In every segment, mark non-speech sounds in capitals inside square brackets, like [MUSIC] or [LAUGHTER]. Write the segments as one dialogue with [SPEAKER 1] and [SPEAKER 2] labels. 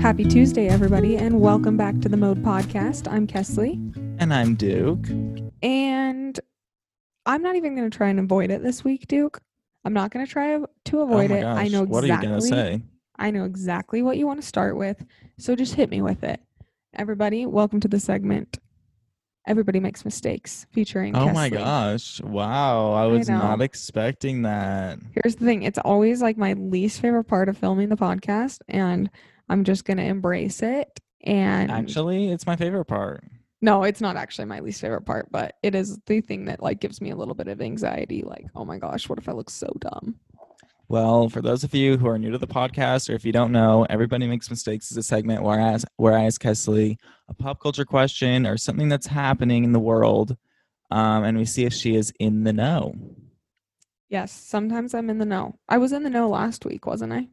[SPEAKER 1] Happy Tuesday, everybody, and welcome back to the Mode Podcast. I'm Kesley,
[SPEAKER 2] And I'm Duke.
[SPEAKER 1] and I'm not even going to try and avoid it this week, Duke. I'm not going to try to
[SPEAKER 2] Oh my
[SPEAKER 1] avoid it. I
[SPEAKER 2] gosh,
[SPEAKER 1] know
[SPEAKER 2] What are
[SPEAKER 1] exactly.
[SPEAKER 2] you going to say?
[SPEAKER 1] I know exactly what you want to start with, so just hit me with it. Everybody, welcome to the segment. Everybody makes mistakes, featuring.
[SPEAKER 2] Oh my
[SPEAKER 1] Kesley.
[SPEAKER 2] gosh. Wow. I
[SPEAKER 1] I
[SPEAKER 2] was not
[SPEAKER 1] know.
[SPEAKER 2] expecting that.
[SPEAKER 1] Here's the thing: it's always like my least favorite part of filming the podcast, and I'm just going to embrace it. And
[SPEAKER 2] Actually, it's my favorite part.
[SPEAKER 1] No, it's not actually my least favorite part, but it is the thing that like gives me a little bit of anxiety. Like, oh my gosh, what if I look so dumb?
[SPEAKER 2] Well, for those of you who are new to the podcast, or if you don't know, Everybody Makes Mistakes is a segment where I ask, where I ask Kesley a pop culture question or something that's happening in the world, um, and we see if she is in the know.
[SPEAKER 1] Yes, sometimes I'm in the know. I was in the know last week, wasn't I?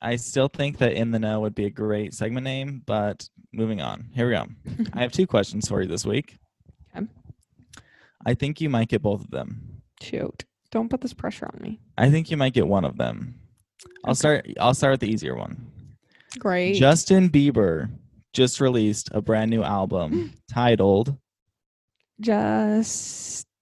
[SPEAKER 2] I still think that in the know would be a great segment name, but moving on.
[SPEAKER 1] [LAUGHS]
[SPEAKER 2] Here we go. I have two questions for you this week.
[SPEAKER 1] Okay.
[SPEAKER 2] I think you might get both of them.
[SPEAKER 1] Shoot. Don't put this pressure on me.
[SPEAKER 2] I think you might get one of them. I'll
[SPEAKER 1] Okay.
[SPEAKER 2] start I'll start with the easier one.
[SPEAKER 1] Great.
[SPEAKER 2] Justin Bieber just released a brand
[SPEAKER 1] [GASPS]
[SPEAKER 2] new album titled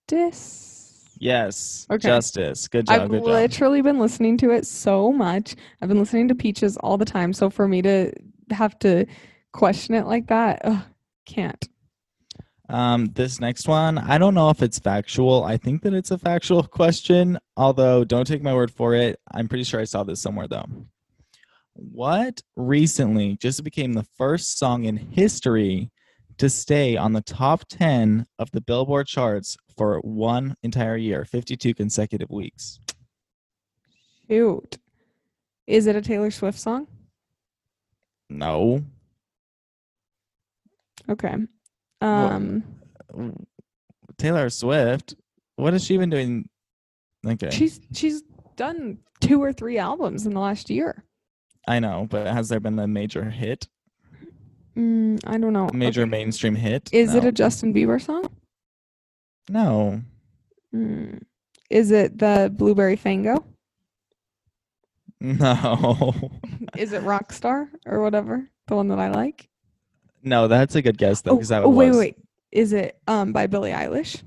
[SPEAKER 1] Justice.
[SPEAKER 2] Yes,
[SPEAKER 1] Okay.
[SPEAKER 2] Justice. Good job,
[SPEAKER 1] I've
[SPEAKER 2] good job.
[SPEAKER 1] literally been listening to it so much. I've been listening to Peaches all the time. So for me to have to question it like that, ugh, can't.
[SPEAKER 2] Um, this next one, I don't know if it's factual. I think that it's a factual [LAUGHS] question, although don't take my word for it. I'm pretty sure I saw this somewhere though. What recently just became the first song in history to stay on the top 10 of the Billboard charts for one entire year, 52 consecutive weeks?
[SPEAKER 1] Shoot. Is it a Taylor Swift song?
[SPEAKER 2] No.
[SPEAKER 1] Okay. Um
[SPEAKER 2] Taylor Swift, what has she been doing? Okay.
[SPEAKER 1] she's she's done two or three albums in the last year.
[SPEAKER 2] I know, but has there been a major hit?
[SPEAKER 1] Mm, I don't know.
[SPEAKER 2] major mainstream hit.
[SPEAKER 1] Is it
[SPEAKER 2] No.
[SPEAKER 1] a Justin Bieber song?
[SPEAKER 2] no?
[SPEAKER 1] Mm. Is it the Blueberry Fango?
[SPEAKER 2] No, [LAUGHS]
[SPEAKER 1] Is it Rockstar or whatever? The one that I like?
[SPEAKER 2] no. That's a good guess though,
[SPEAKER 1] Oh,
[SPEAKER 2] because that
[SPEAKER 1] oh,
[SPEAKER 2] was
[SPEAKER 1] wait, wait. Is it um by Billie Eilish?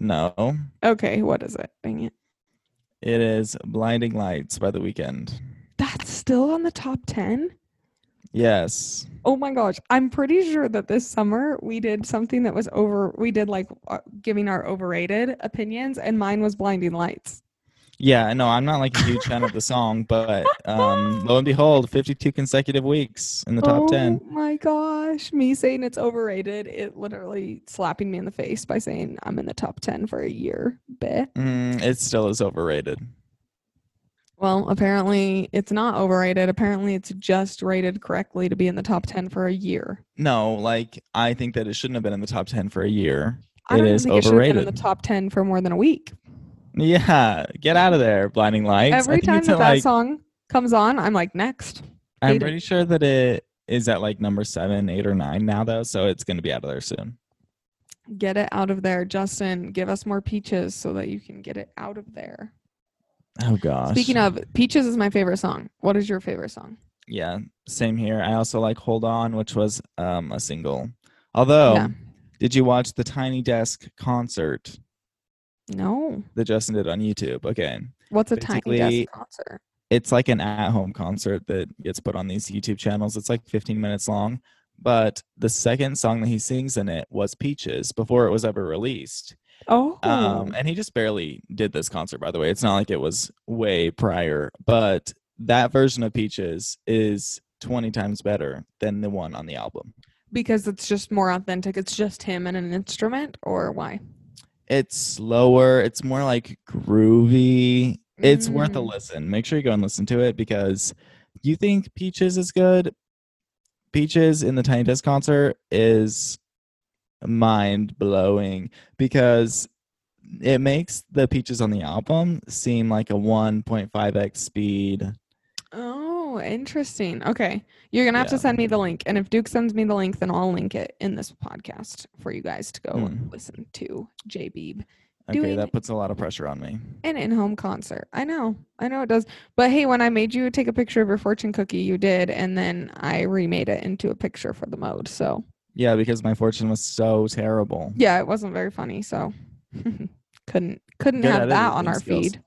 [SPEAKER 2] no.
[SPEAKER 1] Okay, what is it? Dang it.
[SPEAKER 2] It is "Blinding Lights" by The Weekend.
[SPEAKER 1] That's still on the top 10?
[SPEAKER 2] Yes,
[SPEAKER 1] Oh my gosh, I'm pretty sure that this summer we did something that was over. We did like uh, giving our overrated opinions, and mine was blinding lights.
[SPEAKER 2] yeah. No, I'm not like a huge fan
[SPEAKER 1] [LAUGHS]
[SPEAKER 2] of the song, but um, lo and behold, 52 consecutive weeks in the top
[SPEAKER 1] oh
[SPEAKER 2] 10.
[SPEAKER 1] my gosh, me saying it's overrated, it literally slapping me in the face by saying I'm in the top 10 for a year. Beh.
[SPEAKER 2] Mm, it still is overrated.
[SPEAKER 1] Well, apparently it's not overrated. Apparently it's just rated correctly to be in the top 10 for a year.
[SPEAKER 2] No, like I think that it shouldn't have been in the top 10 for a year.
[SPEAKER 1] I
[SPEAKER 2] It
[SPEAKER 1] don't even
[SPEAKER 2] is
[SPEAKER 1] think it should have been in the
[SPEAKER 2] overrated.
[SPEAKER 1] top 10 for more than a week.
[SPEAKER 2] Yeah, get out of there, "Blinding Lights." I
[SPEAKER 1] Every
[SPEAKER 2] think
[SPEAKER 1] time
[SPEAKER 2] it's
[SPEAKER 1] that
[SPEAKER 2] at,
[SPEAKER 1] that
[SPEAKER 2] like-
[SPEAKER 1] song comes on, I'm like, next.
[SPEAKER 2] I'm
[SPEAKER 1] Hate it.
[SPEAKER 2] pretty sure that it is at like number seven, eight, or nine now, though. So it's going to be out of there soon.
[SPEAKER 1] Get it out of there, Justin. Give us more peaches so that you can get it out of there.
[SPEAKER 2] Oh gosh.
[SPEAKER 1] Speaking of, peaches is my favorite song. What is your favorite song?
[SPEAKER 2] yeah, same here. I also like "Hold On," which was um, a single. Although,
[SPEAKER 1] Yeah.
[SPEAKER 2] did you watch the Tiny Desk concert
[SPEAKER 1] No.
[SPEAKER 2] that Justin did on YouTube? Okay,
[SPEAKER 1] What's a tiny
[SPEAKER 2] Basically-
[SPEAKER 1] desk concert?
[SPEAKER 2] it's like an at-home concert that gets put on these YouTube channels. It's like 15 minutes long, but the second song that he sings in it was "Peaches" before it was ever released.
[SPEAKER 1] Oh,
[SPEAKER 2] Um, and he just barely did this concert, by the way. It's not like it was way prior, but that version of Peaches is 20 times better than the one on the album.
[SPEAKER 1] because it's just more authentic. It's just him and an instrument, or why?
[SPEAKER 2] It's slower, it's more like groovy. It's worth a
[SPEAKER 1] Mm.
[SPEAKER 2] listen. Make sure you go and listen to it because you think Peaches is good. Peaches in the Tiny Desk concert is mind blowing because it makes the Peaches on the album seem like a 1.5x speed.
[SPEAKER 1] Oh, interesting. Okay, you're gonna have to
[SPEAKER 2] Yeah.
[SPEAKER 1] send me the link, and if Duke sends me the link, Hmm. then I'll link it in this podcast for you guys to go
[SPEAKER 2] Mm.
[SPEAKER 1] listen to J Beeb
[SPEAKER 2] Okay,
[SPEAKER 1] doing-
[SPEAKER 2] that puts a lot of pressure on me.
[SPEAKER 1] An in home concert. I know. I know it does. But hey, when I made you take a picture of your fortune cookie, you did. And then I remade it into a picture for the mode. So
[SPEAKER 2] Yeah, because my fortune was so terrible.
[SPEAKER 1] yeah, it wasn't very funny. So [LAUGHS] couldn't couldn't
[SPEAKER 2] Good
[SPEAKER 1] have that
[SPEAKER 2] editing
[SPEAKER 1] on our
[SPEAKER 2] skills.
[SPEAKER 1] feed.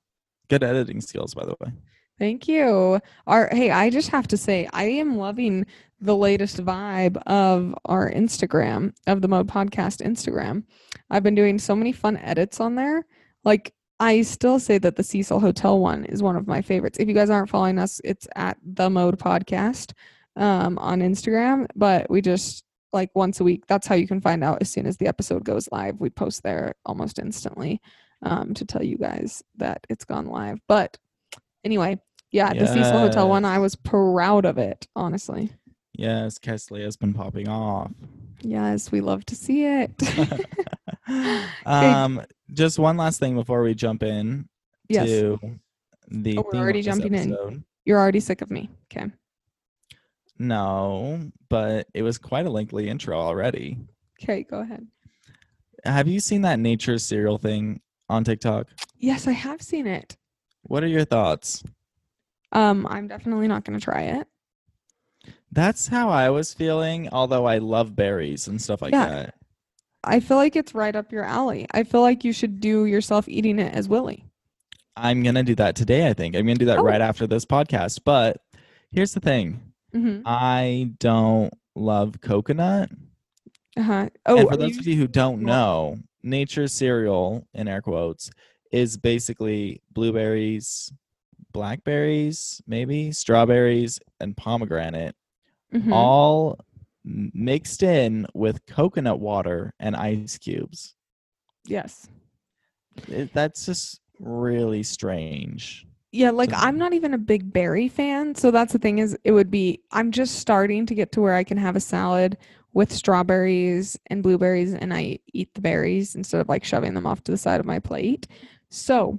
[SPEAKER 2] Good editing skills, by the way.
[SPEAKER 1] Thank you. Our hey, I just have to say I am loving the latest vibe of our Instagram, of the Mode Podcast Instagram. I've been doing so many fun edits on there. Like I still say that the Cecil Hotel one is one of my favorites. If you guys aren't following us, it's at the Mode Podcast um, on Instagram. But we just like once a week. That's how you can find out as soon as the episode goes live. We post there almost instantly um, to tell you guys that it's gone live. But anyway, yeah, the Cecil Hotel one, I was proud of it, honestly.
[SPEAKER 2] Yes, Kesley has been popping off.
[SPEAKER 1] Yes, we love to see it.
[SPEAKER 2] [LAUGHS]
[SPEAKER 1] [LAUGHS]
[SPEAKER 2] um, just one last thing before we jump in
[SPEAKER 1] yes,
[SPEAKER 2] to the.
[SPEAKER 1] Oh, we're
[SPEAKER 2] theme
[SPEAKER 1] already
[SPEAKER 2] of this
[SPEAKER 1] jumping in.
[SPEAKER 2] episode.
[SPEAKER 1] you're already sick of me. Okay.
[SPEAKER 2] No, but it was quite a lengthy intro already.
[SPEAKER 1] Okay, go ahead.
[SPEAKER 2] Have you seen that nature cereal thing on TikTok?
[SPEAKER 1] Yes, I have seen it.
[SPEAKER 2] What are your thoughts?
[SPEAKER 1] Um, I'm definitely not going to try it.
[SPEAKER 2] That's how I was feeling, although I love berries and stuff like
[SPEAKER 1] Yeah.
[SPEAKER 2] that.
[SPEAKER 1] I feel like it's right up your alley. I feel like you should do yourself eating it as Willy.
[SPEAKER 2] I'm going to do that today, I think. I'm going to do that
[SPEAKER 1] Oh.
[SPEAKER 2] right after this podcast. But here's the thing
[SPEAKER 1] Mm-hmm.
[SPEAKER 2] I don't love coconut.
[SPEAKER 1] Uh-huh. Oh,
[SPEAKER 2] and for
[SPEAKER 1] are
[SPEAKER 2] those
[SPEAKER 1] you-
[SPEAKER 2] of you who
[SPEAKER 1] Well-
[SPEAKER 2] don't know, nature cereal, in air quotes, is basically blueberries, blackberries, maybe strawberries, and pomegranate,
[SPEAKER 1] Mhm.
[SPEAKER 2] all m- mixed in with coconut water and ice cubes.
[SPEAKER 1] yes.
[SPEAKER 2] It- that's just really strange.
[SPEAKER 1] Yeah, like
[SPEAKER 2] So-
[SPEAKER 1] I'm not even a big berry fan, so that's the thing is it would be I'm just starting to get to where I can have a salad with strawberries and blueberries and I eat the berries instead of like shoving them off to the side of my plate. So,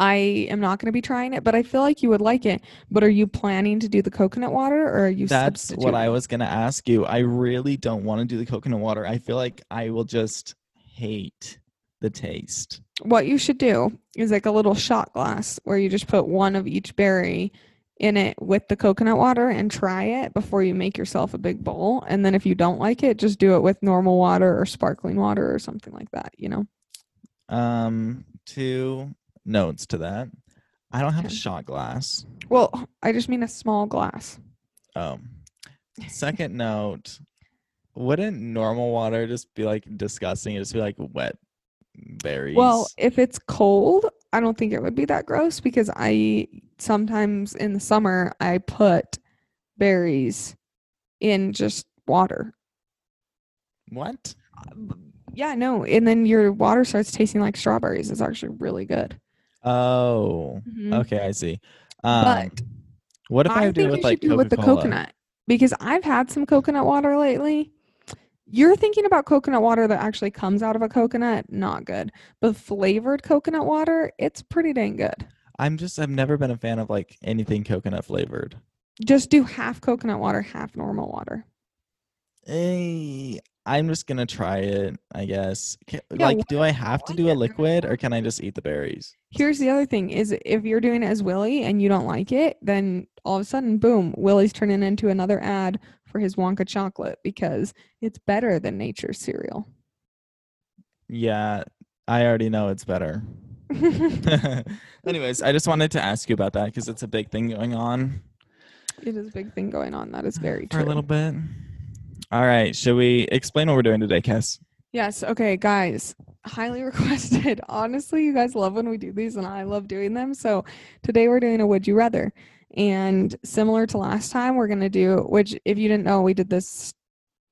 [SPEAKER 1] I am not going to be trying it, but I feel like you would like it. But are you planning to do the coconut water or are you
[SPEAKER 2] That's what I
[SPEAKER 1] substituting?
[SPEAKER 2] was going to ask you. I really don't want to do the coconut water. I feel like I will just hate the taste.
[SPEAKER 1] what you should do is like a little shot glass where you just put one of each berry in it with the coconut water and try it before you make yourself a big bowl. And then if you don't like it, just do it with normal water or sparkling water or something like that, you know?
[SPEAKER 2] Um, two notes to that. I don't have a
[SPEAKER 1] Okay.
[SPEAKER 2] shot glass.
[SPEAKER 1] Well, I just mean a small glass.
[SPEAKER 2] Um,
[SPEAKER 1] [LAUGHS]
[SPEAKER 2] second note, wouldn't normal water just be like disgusting? It'd just be like wet berries.
[SPEAKER 1] Well, if it's cold, I don't think it would be that gross because I sometimes in the summer I put berries in just water
[SPEAKER 2] what?
[SPEAKER 1] b- yeah, no. And then your water starts tasting like strawberries. It's actually really good.
[SPEAKER 2] Oh, okay, I see. Um,
[SPEAKER 1] Mm. But
[SPEAKER 2] what if I,
[SPEAKER 1] I
[SPEAKER 2] do
[SPEAKER 1] think
[SPEAKER 2] it
[SPEAKER 1] you
[SPEAKER 2] with like
[SPEAKER 1] should do it with the
[SPEAKER 2] Coca-Cola?
[SPEAKER 1] coconut because I've had some coconut water lately. You're thinking about coconut water that actually comes out of a coconut, not good. But flavored coconut water, it's pretty dang good.
[SPEAKER 2] I'm just I've never been a fan of like anything coconut flavored.
[SPEAKER 1] Just do half coconut water, half normal water.
[SPEAKER 2] Eh, I'm just gonna try it, I guess. Ca-
[SPEAKER 1] Yeah,
[SPEAKER 2] like,
[SPEAKER 1] why
[SPEAKER 2] do I have to
[SPEAKER 1] Why
[SPEAKER 2] do a
[SPEAKER 1] not?
[SPEAKER 2] liquid or can I just eat the berries?
[SPEAKER 1] Here's the other thing is if you're doing it as Willy and you don't like it, then all of a sudden, boom, Willy's turning into another ad for his Wonka chocolate because it's better than nature cereal.
[SPEAKER 2] Yeah, I already know it's better. [LAUGHS]
[SPEAKER 1] [LAUGHS] it
[SPEAKER 2] Anyways, I just wanted to ask you about that because it's a big thing going on
[SPEAKER 1] is a big thing going on. That is very
[SPEAKER 2] for
[SPEAKER 1] true.
[SPEAKER 2] a little bit. All right, should we explain what we're doing today, Cass?
[SPEAKER 1] Yes. Okay, guys. Highly [LAUGHS] requested. Honestly, you guys love when we do these, and I love doing them. So today we're doing a Would You Rather. And similar to last time, we're going to do, which, if you didn't know, we did this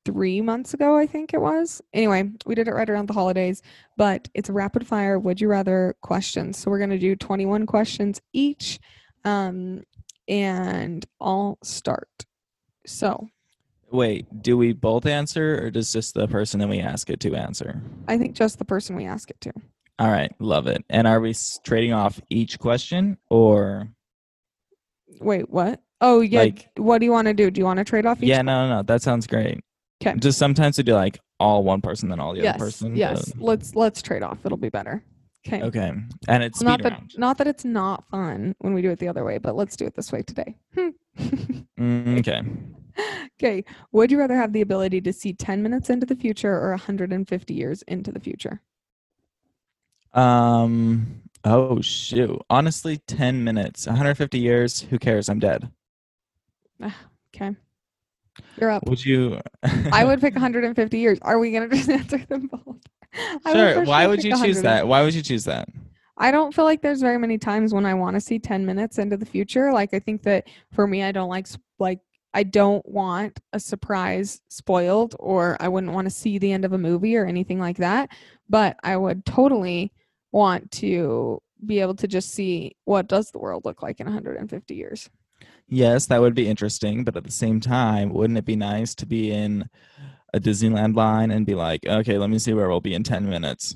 [SPEAKER 1] three months ago, I think it was. Anyway, we did it right around the holidays, but it's a rapid fire Would You Rather questions. So we're going to do 21 questions each. Um, and I'll start. So
[SPEAKER 2] Wait, do we both answer or does just the person that we ask it to answer?
[SPEAKER 1] I think just the person we ask it to.
[SPEAKER 2] All right, love it. And are we s- trading off each question or?
[SPEAKER 1] Wait, what? Oh, yeah.
[SPEAKER 2] Like-
[SPEAKER 1] what do you want to do? Do you want to trade off each?
[SPEAKER 2] Yeah, no, no, no. That sounds great.
[SPEAKER 1] 'Kay.
[SPEAKER 2] Just sometimes we do like all one person than all the
[SPEAKER 1] yes.
[SPEAKER 2] other person.
[SPEAKER 1] yes.
[SPEAKER 2] but-
[SPEAKER 1] Let's let's trade off. It'll be better. Okay.
[SPEAKER 2] Okay. And it's
[SPEAKER 1] Well, not
[SPEAKER 2] speed
[SPEAKER 1] that
[SPEAKER 2] round.
[SPEAKER 1] not that it's not fun when we do it the other way, but let's do it this way today. Hmm.
[SPEAKER 2] Mm, okay.
[SPEAKER 1] [LAUGHS] okay. Would you rather have the ability to see 10 minutes into the future or 150 years into the future?
[SPEAKER 2] Um. Oh shoot. Honestly, ten minutes. 150 years. Who cares? I'm dead.
[SPEAKER 1] Okay. You're
[SPEAKER 2] [LAUGHS]
[SPEAKER 1] up.
[SPEAKER 2] Would you?
[SPEAKER 1] I would pick 150 years. Are we going to [LAUGHS] just answer them both? I would
[SPEAKER 2] sure.
[SPEAKER 1] for
[SPEAKER 2] Why would
[SPEAKER 1] pick
[SPEAKER 2] you choose
[SPEAKER 1] 150.
[SPEAKER 2] that? Why would you choose that?
[SPEAKER 1] I don't feel like there's very many times when I want to see 10 minutes into the future. Like I think that for me I don't like s- like I don't want a surprise spoiled or I wouldn't want to see the end of a movie or anything like that, but I would totally want to be able to just see what does the world look like in 150 years.
[SPEAKER 2] Yes, that would be interesting, but at the same time, wouldn't it be nice to be in a Disneyland line and be like, okay, let me see where we'll be in 10 minutes?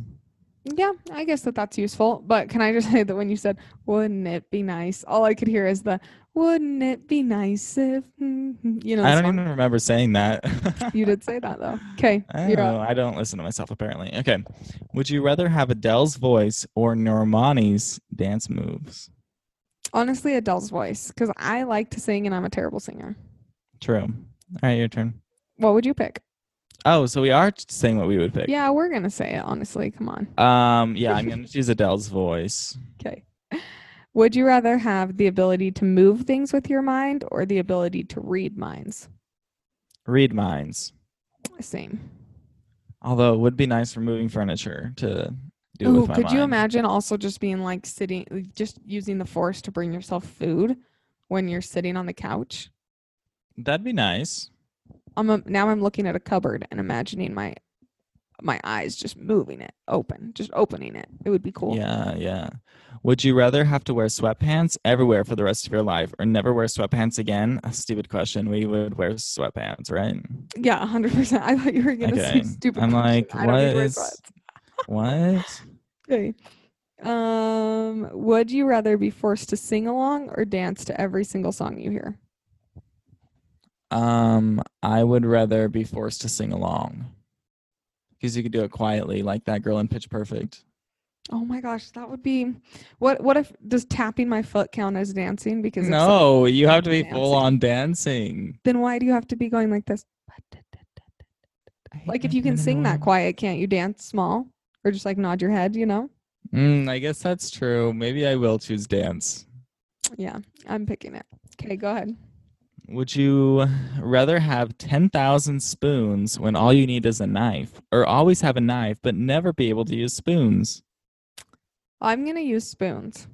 [SPEAKER 1] Yeah, I guess that that's useful. But can I just [LAUGHS] say that when you said, wouldn't it be nice? All I could hear is the, wouldn't it be nice if, [LAUGHS] mm, mm," you know,
[SPEAKER 2] I
[SPEAKER 1] the
[SPEAKER 2] don't
[SPEAKER 1] song.
[SPEAKER 2] even remember saying that.
[SPEAKER 1] [LAUGHS]
[SPEAKER 2] [LAUGHS]
[SPEAKER 1] you did say that though. Okay. You're up.
[SPEAKER 2] Oh, I don't listen to myself apparently. Okay. Would you rather have Adele's voice or Normani's dance moves? Oh.
[SPEAKER 1] Honestly, Adele's voice, because I like to sing and I'm a terrible singer.
[SPEAKER 2] True. All right, your turn.
[SPEAKER 1] What would you pick?
[SPEAKER 2] Oh, so we are saying what we would pick.
[SPEAKER 1] Yeah, we're going to say it, honestly. Come on.
[SPEAKER 2] Um, yeah, I'm gonna choose Adele's voice.
[SPEAKER 1] Okay. Would you rather have the ability to move things with your mind or the ability to read minds?
[SPEAKER 2] Read minds.
[SPEAKER 1] Same.
[SPEAKER 2] Although it would be nice for moving furniture to do
[SPEAKER 1] Ooh,
[SPEAKER 2] with my
[SPEAKER 1] could you
[SPEAKER 2] mind.
[SPEAKER 1] imagine also just being like sitting, just using the force to bring yourself food when you're sitting on the couch?
[SPEAKER 2] That'd be nice.
[SPEAKER 1] I'm a, now I'm looking at a cupboard and imagining my my eyes just moving it open, just opening it. It would be cool.
[SPEAKER 2] Yeah, yeah. Would you rather have to wear sweatpants everywhere for the rest of your life or never wear sweatpants again? A stupid question. We would wear sweatpants, right?
[SPEAKER 1] Yeah, hundred percent. I thought you were gonna say
[SPEAKER 2] Okay.
[SPEAKER 1] stupid.
[SPEAKER 2] I'm
[SPEAKER 1] question.
[SPEAKER 2] like,
[SPEAKER 1] I don't need
[SPEAKER 2] what
[SPEAKER 1] more
[SPEAKER 2] is-
[SPEAKER 1] thoughts.
[SPEAKER 2] What?
[SPEAKER 1] Okay. Um, would you rather be forced to sing along or dance to every single song you hear?
[SPEAKER 2] Um, I would rather be forced to sing along. Because you could do it quietly, like that girl in Pitch Perfect.
[SPEAKER 1] Oh my gosh, that would be. What What if does tapping my foot count as dancing? Because if so,
[SPEAKER 2] No, you have to be
[SPEAKER 1] dancing.
[SPEAKER 2] full on dancing.
[SPEAKER 1] then why do you have to be going like this? Like if you can sing
[SPEAKER 2] [LAUGHS]
[SPEAKER 1] that quiet, can't you dance small or just like nod your head? You know?
[SPEAKER 2] Mm, I guess that's true. Maybe I will choose dance.
[SPEAKER 1] Yeah, I'm picking it. Okay, go ahead.
[SPEAKER 2] Would you rather have 10,000 spoons when all you need is a knife, or always have a knife but never be able to use spoons?
[SPEAKER 1] I'm gonna use spoons.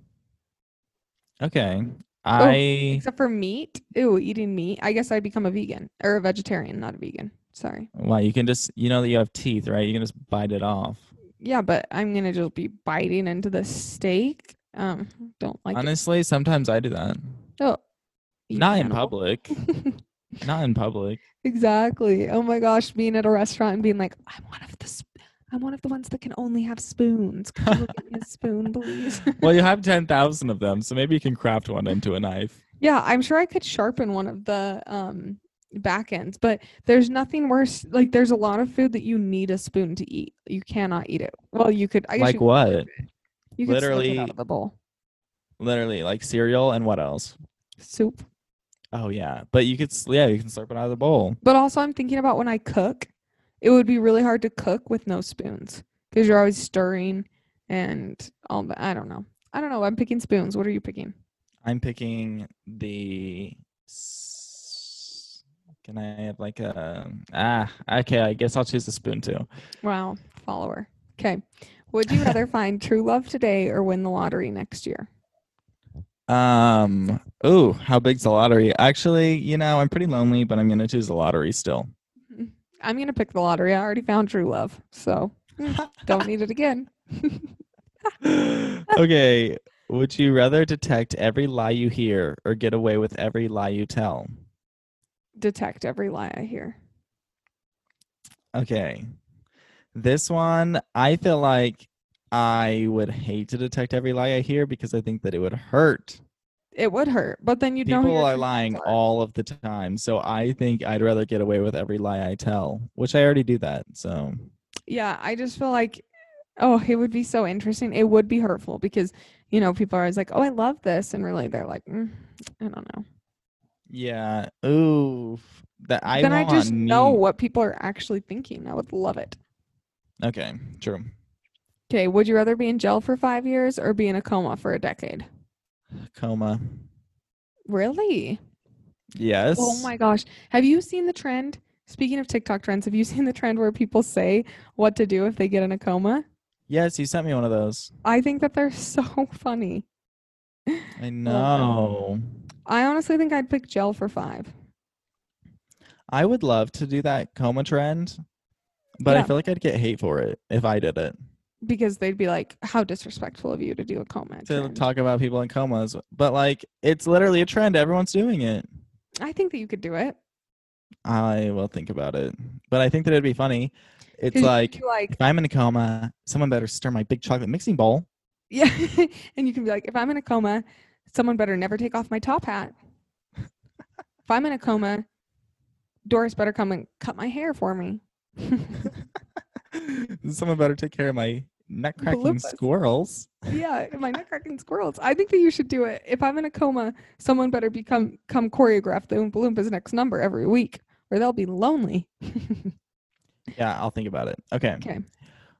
[SPEAKER 2] Okay.
[SPEAKER 1] Oh,
[SPEAKER 2] I
[SPEAKER 1] Except for meat. Ew, eating meat. I guess I become a vegan or a vegetarian, not a vegan. Sorry.
[SPEAKER 2] well, you can just you know that you have teeth, right? You can just bite it off.
[SPEAKER 1] Yeah, but I'm gonna just be biting into the steak. Um, don't like it.
[SPEAKER 2] Honestly, sometimes I do that.
[SPEAKER 1] Oh, you
[SPEAKER 2] Not in
[SPEAKER 1] animal. [LAUGHS]
[SPEAKER 2] public. Not in public.
[SPEAKER 1] exactly. Oh my gosh, being at a restaurant and being like, I'm one of the, sp- I'm one of the ones that can only have spoons. Could you get
[SPEAKER 2] [LAUGHS]
[SPEAKER 1] me a spoon, please? [LAUGHS]
[SPEAKER 2] Well, you have 10,000 of them, so maybe you can craft one into a knife.
[SPEAKER 1] Yeah, I'm sure I could sharpen one of the um back ends, but there's nothing worse. Like there's a lot of food that you need a spoon to eat. You cannot eat it. Well, you could. I guess
[SPEAKER 2] Like
[SPEAKER 1] you,
[SPEAKER 2] what?
[SPEAKER 1] you could slurp it out
[SPEAKER 2] literally-
[SPEAKER 1] of a bowl.
[SPEAKER 2] Literally, like cereal and what else?
[SPEAKER 1] Soup.
[SPEAKER 2] Oh yeah, but you could s- yeah, you can slurp it out of the bowl.
[SPEAKER 1] But also, I'm thinking about when I cook, it would be really hard to cook with no spoons because you're always stirring and all the. I don't know. I don't know. I'm picking spoons. What are you picking?
[SPEAKER 2] I'm picking the. s- Can I have like a ah? Okay, I guess I'll choose the spoon too.
[SPEAKER 1] Wow, follower. Okay. Would you
[SPEAKER 2] [LAUGHS]
[SPEAKER 1] rather find true love today or win the lottery next year?
[SPEAKER 2] Um. Ooh, how big's the lottery? Actually, you know, I'm pretty lonely, but I'm gonna choose the lottery still.
[SPEAKER 1] I'm gonna pick the lottery. I already found true love,
[SPEAKER 2] [LAUGHS]
[SPEAKER 1] so don't need it again.
[SPEAKER 2] okay. Would you rather detect every lie you hear or get away with every lie you tell?
[SPEAKER 1] Detect every lie I hear.
[SPEAKER 2] Okay. This one, I feel like I would hate to detect every lie I hear because I think that it would hurt.
[SPEAKER 1] it would hurt, but then you'd know who
[SPEAKER 2] People
[SPEAKER 1] your
[SPEAKER 2] are
[SPEAKER 1] friends
[SPEAKER 2] lying
[SPEAKER 1] are.
[SPEAKER 2] all of the time. So I think I'd rather get away with every lie I tell, which I already do that. So
[SPEAKER 1] Yeah, I just feel like, oh, it would be so interesting. It would be hurtful because, you know, people are always like, oh, I love this. And really, they're like, mm, I don't know.
[SPEAKER 2] yeah. Ooh. That I
[SPEAKER 1] then I
[SPEAKER 2] want
[SPEAKER 1] just know
[SPEAKER 2] me-
[SPEAKER 1] what people are actually thinking. I would love it.
[SPEAKER 2] Okay, true.
[SPEAKER 1] Okay, would you rather be in jail for five years or be in a coma for a decade?
[SPEAKER 2] Coma.
[SPEAKER 1] Really?
[SPEAKER 2] Yes.
[SPEAKER 1] Oh my gosh. Have you seen the trend? Speaking of TikTok trends, have you seen the trend where people say what to do if they get in a coma?
[SPEAKER 2] Yes, you sent me one of those.
[SPEAKER 1] I think that they're [LAUGHS] so funny. Oh.
[SPEAKER 2] I know.
[SPEAKER 1] I honestly think I'd pick jail for five.
[SPEAKER 2] I would love to do that coma trend, but I
[SPEAKER 1] Yeah.
[SPEAKER 2] feel like I'd get hate for it if I did it.
[SPEAKER 1] because they'd be like, "How disrespectful of you to do a coma."
[SPEAKER 2] To
[SPEAKER 1] trend."
[SPEAKER 2] talk about people in comas, but like it's literally a trend. Everyone's doing it.
[SPEAKER 1] I think that you could do it.
[SPEAKER 2] I will think about it, but I think that it'd be funny.
[SPEAKER 1] 'Cause
[SPEAKER 2] It's
[SPEAKER 1] you
[SPEAKER 2] like
[SPEAKER 1] could be like, [LAUGHS]
[SPEAKER 2] if I'm in a coma, someone better stir my big chocolate mixing bowl. [LAUGHS]
[SPEAKER 1] yeah, and you can be like, "If I'm in a coma, someone better never take off my top hat." if I'm in a coma, Doris better come and cut my hair for me. [LAUGHS]
[SPEAKER 2] someone better take care of my nutcracking
[SPEAKER 1] Bloopers.
[SPEAKER 2] squirrels.
[SPEAKER 1] yeah, my nutcracking squirrels. I think that you should do it. If I'm in a coma, someone better become come choreograph the Oompa Loompas next number every week, or they'll be lonely.
[SPEAKER 2] Yeah, I'll think about it. Okay.
[SPEAKER 1] Okay.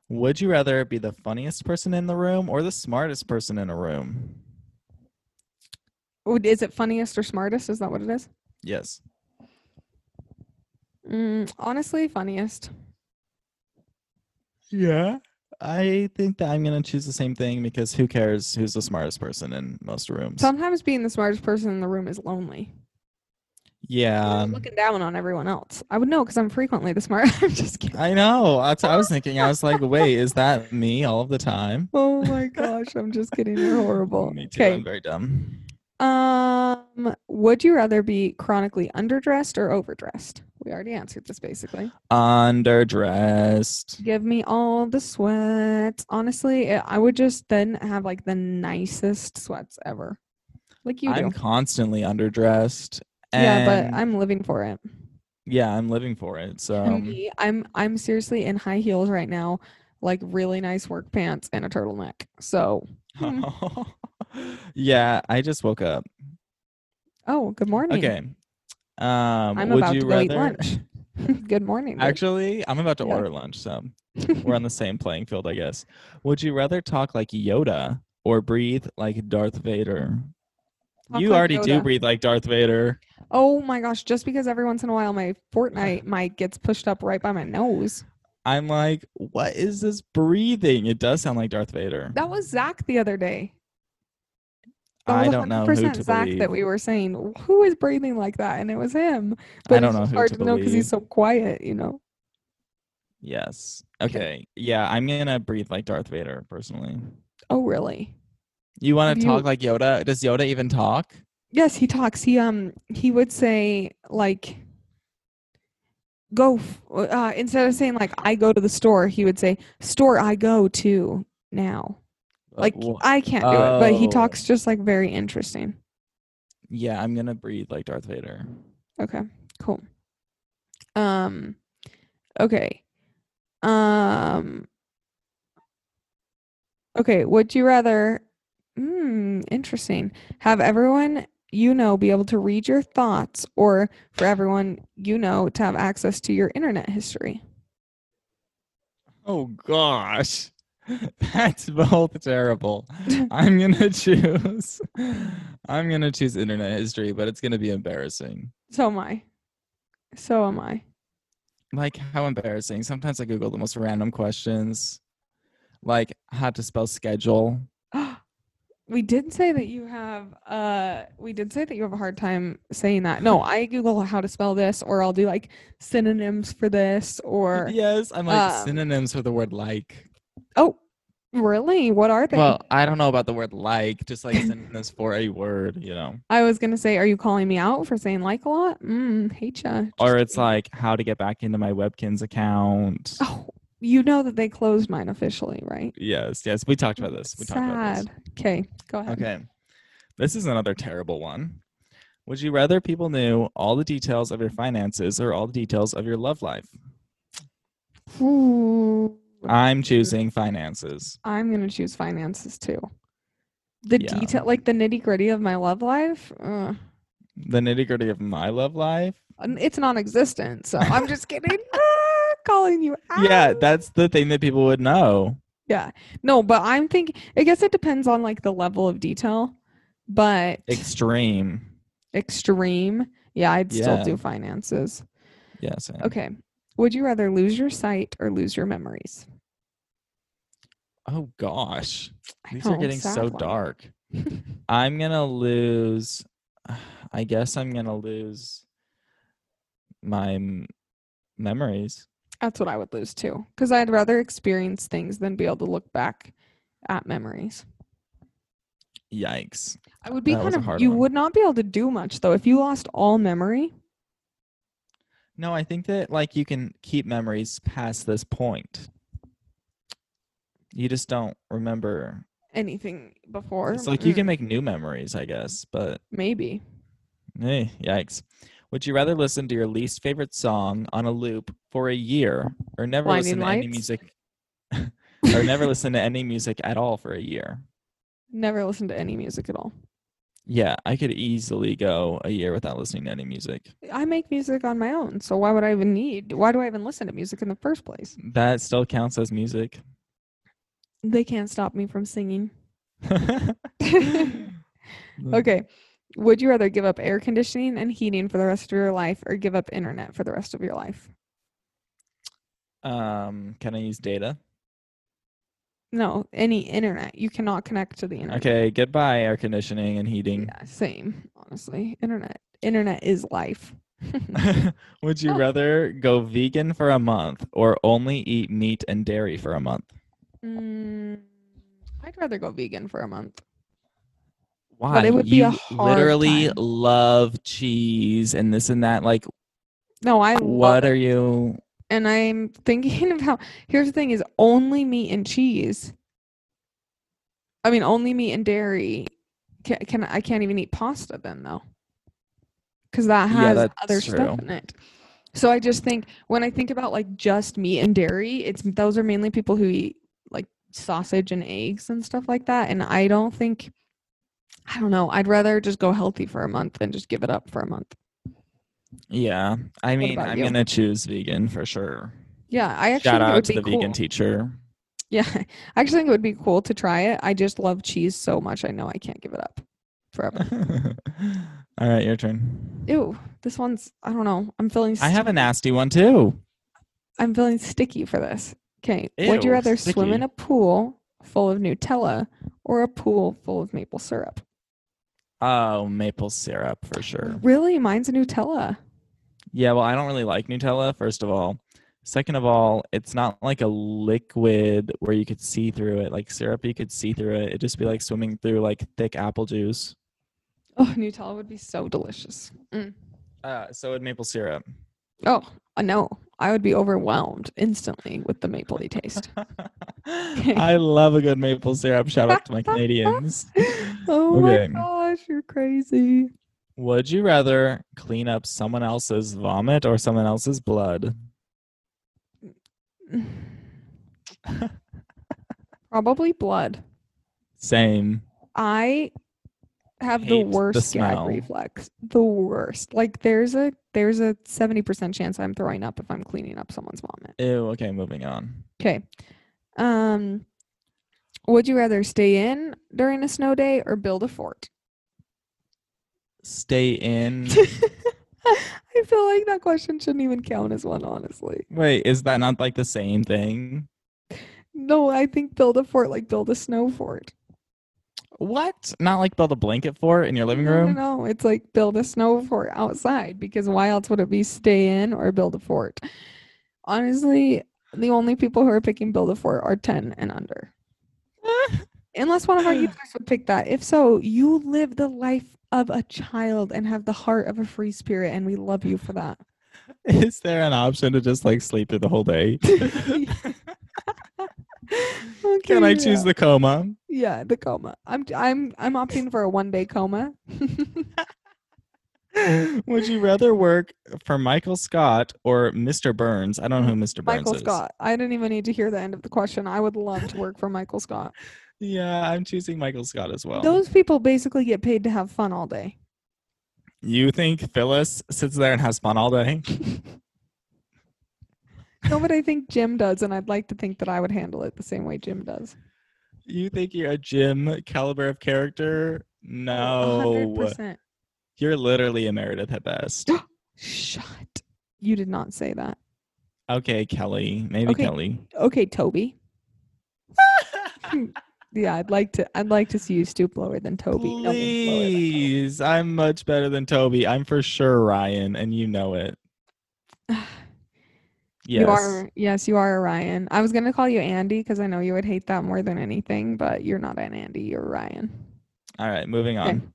[SPEAKER 2] Would you rather be the funniest person in the room or the smartest person in a room?
[SPEAKER 1] Oh, Is it funniest or smartest? Is that what it is?
[SPEAKER 2] Yes.
[SPEAKER 1] Mm, honestly, funniest.
[SPEAKER 2] Yeah. I think that I'm going to choose the same thing because who cares who's the smartest person in most rooms?
[SPEAKER 1] Sometimes being the smartest person in the room is lonely. You're
[SPEAKER 2] yeah.
[SPEAKER 1] looking down on everyone else. I would know because I'm frequently the smart. [LAUGHS] I'm just kidding.
[SPEAKER 2] I know. That's what I was thinking. I was like, wait, is that me all of the time?
[SPEAKER 1] Oh [LAUGHS] my gosh, I'm just kidding. You're horrible.
[SPEAKER 2] Me too. I'm
[SPEAKER 1] Okay.
[SPEAKER 2] very dumb.
[SPEAKER 1] Um, would you rather be chronically underdressed or overdressed? We already answered this basically.
[SPEAKER 2] Underdressed.
[SPEAKER 1] Give me all the sweats. Honestly, eh, I I would just then have like the nicest sweats ever. Like you do.
[SPEAKER 2] I'm constantly underdressed.
[SPEAKER 1] yeah,
[SPEAKER 2] and-
[SPEAKER 1] but I'm living for it.
[SPEAKER 2] yeah, I'm living for it. So
[SPEAKER 1] And [LAUGHS] me, I'm I'm seriously in high heels right now, like really nice work pants and a turtleneck. So, Hmm.
[SPEAKER 2] [LAUGHS] yeah, I just woke up.
[SPEAKER 1] oh, good morning.
[SPEAKER 2] Okay. Um,
[SPEAKER 1] I'm
[SPEAKER 2] would
[SPEAKER 1] about
[SPEAKER 2] you
[SPEAKER 1] to go
[SPEAKER 2] rather?
[SPEAKER 1] eat lunch. [LAUGHS] good morning. bitch.
[SPEAKER 2] Actually, I'm about to
[SPEAKER 1] Yeah.
[SPEAKER 2] order
[SPEAKER 1] [LAUGHS]
[SPEAKER 2] lunch, so we're on the same playing field, I guess. Would you rather talk like Yoda or breathe like Darth Vader?
[SPEAKER 1] Talk
[SPEAKER 2] you
[SPEAKER 1] like
[SPEAKER 2] already do
[SPEAKER 1] Yoda.
[SPEAKER 2] breathe like Darth Vader.
[SPEAKER 1] Oh my gosh, just because every once in a while my
[SPEAKER 2] [LAUGHS]
[SPEAKER 1] Fortnite mic gets pushed up right by my nose.
[SPEAKER 2] I'm like, what is this breathing? It does sound like Darth Vader.
[SPEAKER 1] That was Zach the other day. Oh, That
[SPEAKER 2] I
[SPEAKER 1] was
[SPEAKER 2] don't know who
[SPEAKER 1] 100%
[SPEAKER 2] to
[SPEAKER 1] Zach
[SPEAKER 2] believe.
[SPEAKER 1] that we were saying who is breathing like that, and it was him. But
[SPEAKER 2] don't
[SPEAKER 1] it's
[SPEAKER 2] know
[SPEAKER 1] just
[SPEAKER 2] who
[SPEAKER 1] hard
[SPEAKER 2] to
[SPEAKER 1] to know because
[SPEAKER 2] believe.
[SPEAKER 1] he's so quiet, you know. [LAUGHS]
[SPEAKER 2] Yes.
[SPEAKER 1] Okay.
[SPEAKER 2] Okay. Yeah, I'm gonna breathe like Darth Vader personally.
[SPEAKER 1] Oh really?
[SPEAKER 2] You want
[SPEAKER 1] Have
[SPEAKER 2] to
[SPEAKER 1] you-
[SPEAKER 2] talk like Yoda? Does Yoda even talk?
[SPEAKER 1] Yes, he talks. He um he would say like go f- uh instead of saying like I go to the store, he would say store I go to now.
[SPEAKER 2] Uh,
[SPEAKER 1] Like
[SPEAKER 2] wh-
[SPEAKER 1] I can't do it, but he
[SPEAKER 2] Oh.
[SPEAKER 1] talks just like very interesting.
[SPEAKER 2] yeah, I'm gonna breathe like Darth Vader.
[SPEAKER 1] Okay. Cool. Um okay. Um Okay, would you rather Hmm, interesting. Have everyone you know be able to read your thoughts or for everyone you know to have access to your internet history?
[SPEAKER 2] Oh gosh, [LAUGHS] that's both terrible. I'm gonna choose. I'm gonna choose internet history, but it's gonna be embarrassing.
[SPEAKER 1] So am I. So am I.
[SPEAKER 2] Like how embarrassing. Sometimes I Google the most random questions, like how to spell schedule.
[SPEAKER 1] [GASPS] We did say that you have uh we did say that you have a hard time saying that. No, I Google how to spell this or I'll do like synonyms for this or
[SPEAKER 2] yes, I'm like
[SPEAKER 1] um,
[SPEAKER 2] synonyms for the word like.
[SPEAKER 1] Oh, really? What are they?
[SPEAKER 2] Well, I don't know about the word like, just like synonyms for a word, you know.
[SPEAKER 1] I was gonna say, are you calling me out for saying like a lot? Mm, hate ya. Just
[SPEAKER 2] Or it's
[SPEAKER 1] kidding.
[SPEAKER 2] like how to get back into my
[SPEAKER 1] [LAUGHS]
[SPEAKER 2] Webkins account.
[SPEAKER 1] oh, you know that they closed mine officially, right?
[SPEAKER 2] Yes, yes, we talked about this. We talked about this.
[SPEAKER 1] Okay, go ahead.
[SPEAKER 2] Okay. This is another terrible one. Would you rather people knew all the details of your finances or all the details of your love life?
[SPEAKER 1] Ooh,
[SPEAKER 2] I'm choosing finances.
[SPEAKER 1] I'm gonna choose finances too. The
[SPEAKER 2] Yeah.
[SPEAKER 1] detail, like the nitty gritty of my love life, uh,
[SPEAKER 2] The nitty gritty of my love life.
[SPEAKER 1] n- it's non-existent. So I'm just kidding. [LAUGHS] Ah, calling you out.
[SPEAKER 2] [LAUGHS] Yeah, that's the thing that people would know.
[SPEAKER 1] No, but I'm thinking. I guess it depends on like the level of detail, but
[SPEAKER 2] Extreme.
[SPEAKER 1] extreme. Yeah, I'd still
[SPEAKER 2] Yeah.
[SPEAKER 1] do finances.
[SPEAKER 2] Yes. and-
[SPEAKER 1] Okay. Would you rather lose your sight or lose your memories?
[SPEAKER 2] Oh gosh.
[SPEAKER 1] I
[SPEAKER 2] These are
[SPEAKER 1] know,
[SPEAKER 2] getting
[SPEAKER 1] sad
[SPEAKER 2] so
[SPEAKER 1] one. [LAUGHS]
[SPEAKER 2] dark. I'm gonna lose. I guess I'm gonna lose my m- memories.
[SPEAKER 1] That's what I would lose too, because I'd rather experience things than be able to look back at memories.
[SPEAKER 2] Yikes.
[SPEAKER 1] I would be
[SPEAKER 2] That was
[SPEAKER 1] kind
[SPEAKER 2] a
[SPEAKER 1] of
[SPEAKER 2] hard
[SPEAKER 1] you
[SPEAKER 2] one.
[SPEAKER 1] would not be able to do much though if you lost all memory.
[SPEAKER 2] No, I think that like you can keep memories past this point. You just don't remember.
[SPEAKER 1] Anything before?
[SPEAKER 2] It's like you can
[SPEAKER 1] mm,
[SPEAKER 2] make new memories, I guess, but
[SPEAKER 1] maybe.
[SPEAKER 2] eh, yikes. Would you rather listen to your least favorite song on a loop for a year or never listen
[SPEAKER 1] Blinding
[SPEAKER 2] to any
[SPEAKER 1] Lights?
[SPEAKER 2] music [LAUGHS] or never listen to any music at all for a year?
[SPEAKER 1] Never listen to any music at all.
[SPEAKER 2] Yeah, I could easily go a year without listening to any music.
[SPEAKER 1] I make music on my own, so why would I even need? Why do I even listen to music in the first place?
[SPEAKER 2] That still counts as
[SPEAKER 1] [LAUGHS]
[SPEAKER 2] music. [LAUGHS]
[SPEAKER 1] They can't stop me from [LAUGHS] singing.
[SPEAKER 2] Hmm. okay.
[SPEAKER 1] Okay. Would you rather give up air conditioning and heating for the rest of your life or give up internet for the rest of your life?
[SPEAKER 2] Um, can I use data?
[SPEAKER 1] No, any internet. You cannot connect to the internet.
[SPEAKER 2] Okay, goodbye air conditioning and heating.
[SPEAKER 1] Yeah, same, honestly. Internet. Internet is life.
[SPEAKER 2] [LAUGHS]
[SPEAKER 1] [LAUGHS]
[SPEAKER 2] Would you
[SPEAKER 1] Oh.
[SPEAKER 2] rather go vegan for a month or only eat meat and dairy for a month?
[SPEAKER 1] Mm, I'd rather go vegan for a month.
[SPEAKER 2] Why?
[SPEAKER 1] it would be
[SPEAKER 2] you
[SPEAKER 1] a hard
[SPEAKER 2] literally
[SPEAKER 1] time.
[SPEAKER 2] love cheese and this and that. Like,
[SPEAKER 1] No, I love
[SPEAKER 2] what
[SPEAKER 1] it.
[SPEAKER 2] are you?
[SPEAKER 1] and I'm thinking [LAUGHS] about here's the thing is only meat and cheese. I mean only meat and dairy. Can, can I can't even eat pasta then though. Cuz that
[SPEAKER 2] Yeah,
[SPEAKER 1] has
[SPEAKER 2] that's
[SPEAKER 1] other stuff
[SPEAKER 2] true.
[SPEAKER 1] in it. So I just think when I think about like just meat and dairy, it's those are mainly people who eat like sausage and eggs and stuff like that and I don't think I don't know. I'd rather just go healthy for a month than just give it up for a month.
[SPEAKER 2] Yeah, I mean,
[SPEAKER 1] about
[SPEAKER 2] I'm
[SPEAKER 1] you?
[SPEAKER 2] gonna choose vegan for sure.
[SPEAKER 1] Yeah, I actually
[SPEAKER 2] Shout
[SPEAKER 1] think it
[SPEAKER 2] out
[SPEAKER 1] would
[SPEAKER 2] to
[SPEAKER 1] be
[SPEAKER 2] the
[SPEAKER 1] cool.
[SPEAKER 2] vegan teacher. [LAUGHS]
[SPEAKER 1] Yeah, I actually think it would be cool to try it. I just love cheese so much. I know I can't give it up forever.
[SPEAKER 2] All right, your turn.
[SPEAKER 1] Ew, this one's, I don't know. I'm feeling,
[SPEAKER 2] I
[SPEAKER 1] st-
[SPEAKER 2] have a nasty one too.
[SPEAKER 1] I'm feeling sticky for this. Okay. Would you
[SPEAKER 2] Ew,
[SPEAKER 1] rather swim in
[SPEAKER 2] sticky.
[SPEAKER 1] a pool full of Nutella or a pool full of maple syrup?
[SPEAKER 2] Oh, maple syrup for sure.
[SPEAKER 1] Really? Mine's Nutella.
[SPEAKER 2] Yeah, well, I don't really like Nutella, first of all. Second of all, it's not like a liquid where you could see through it. Like syrup, you could see through it. It'd just be like swimming through like thick apple juice.
[SPEAKER 1] Oh, Nutella would be so delicious. Mm.
[SPEAKER 2] Uh, so would maple syrup. [LAUGHS]
[SPEAKER 1] Oh, uh, no. I would be overwhelmed instantly with the mapley taste. [LAUGHS]
[SPEAKER 2] I love a good maple syrup. Shout out to my Canadians.
[SPEAKER 1] Oh
[SPEAKER 2] Okay.
[SPEAKER 1] my gosh, you're crazy.
[SPEAKER 2] Would you rather clean up someone else's vomit or someone else's blood?
[SPEAKER 1] Probably blood.
[SPEAKER 2] Same.
[SPEAKER 1] I have the
[SPEAKER 2] Hate the
[SPEAKER 1] worst gag
[SPEAKER 2] smell.
[SPEAKER 1] reflex. The worst. Like there's a there's a 70% chance I'm throwing up if I'm cleaning up someone's vomit.
[SPEAKER 2] Ew, okay, moving on.
[SPEAKER 1] Okay. Um would you rather stay in during a snow day or build a fort? [LAUGHS]
[SPEAKER 2] Stay in.
[SPEAKER 1] I feel like that question shouldn't even count as one, honestly.
[SPEAKER 2] Wait, is that not like the same thing?
[SPEAKER 1] No, I think build a fort like build a snow fort.
[SPEAKER 2] What? Not like build a blanket for it in your living
[SPEAKER 1] No, no,
[SPEAKER 2] [LAUGHS] room?
[SPEAKER 1] No, it's like build a snow fort outside because why else would it be stay in or build a fort? Honestly, the only people who are picking build a fort are 10 and
[SPEAKER 2] [LAUGHS]
[SPEAKER 1] under. Unless one of our users would pick that. If so, you live the life of a child and have the heart of a free spirit, and we love you for
[SPEAKER 2] [LAUGHS]
[SPEAKER 1] that. [LAUGHS]
[SPEAKER 2] Is there an option to just like sleep through the whole day? [LAUGHS] Can
[SPEAKER 1] Okay,
[SPEAKER 2] I choose
[SPEAKER 1] yeah.
[SPEAKER 2] the coma?
[SPEAKER 1] Yeah, the coma. I'm I'm I'm opting for a one day coma.
[SPEAKER 2] Would you rather work for Michael Scott or Mr. Burns? I don't know who Mr. Burns
[SPEAKER 1] Michael
[SPEAKER 2] is.
[SPEAKER 1] Scott. I didn't even need to hear the end of the question. I would love to work for Michael Scott.
[SPEAKER 2] Yeah, I'm choosing Michael Scott as [LAUGHS] well.
[SPEAKER 1] Those people basically get paid to have fun all day.
[SPEAKER 2] You think Phyllis sits there and has fun all day? [LAUGHS]
[SPEAKER 1] No, but I think Jim does, and I'd like to think that I would handle it the same way Jim does.
[SPEAKER 2] You think you're a Jim caliber of character? No.
[SPEAKER 1] 100%.
[SPEAKER 2] You're literally a Meredith at best.
[SPEAKER 1] Shut. You did not say that.
[SPEAKER 2] Okay, Kelly. Maybe
[SPEAKER 1] Okay.
[SPEAKER 2] Kelly.
[SPEAKER 1] Okay,
[SPEAKER 2] [LAUGHS]
[SPEAKER 1] Toby. Yeah, I'd like to. I'd like to see you stoop lower than Toby. No one's lower than Toby.
[SPEAKER 2] Please. I'm much better than Toby. I'm for sure Ryan, and you
[SPEAKER 1] [SIGHS]
[SPEAKER 2] know it. Yes.
[SPEAKER 1] You are. Yes, you are a Ryan. I was gonna call you Andy because I know you would hate that more than anything, but you're not an Andy. You're a Ryan.
[SPEAKER 2] All right, moving
[SPEAKER 1] Okay.
[SPEAKER 2] on.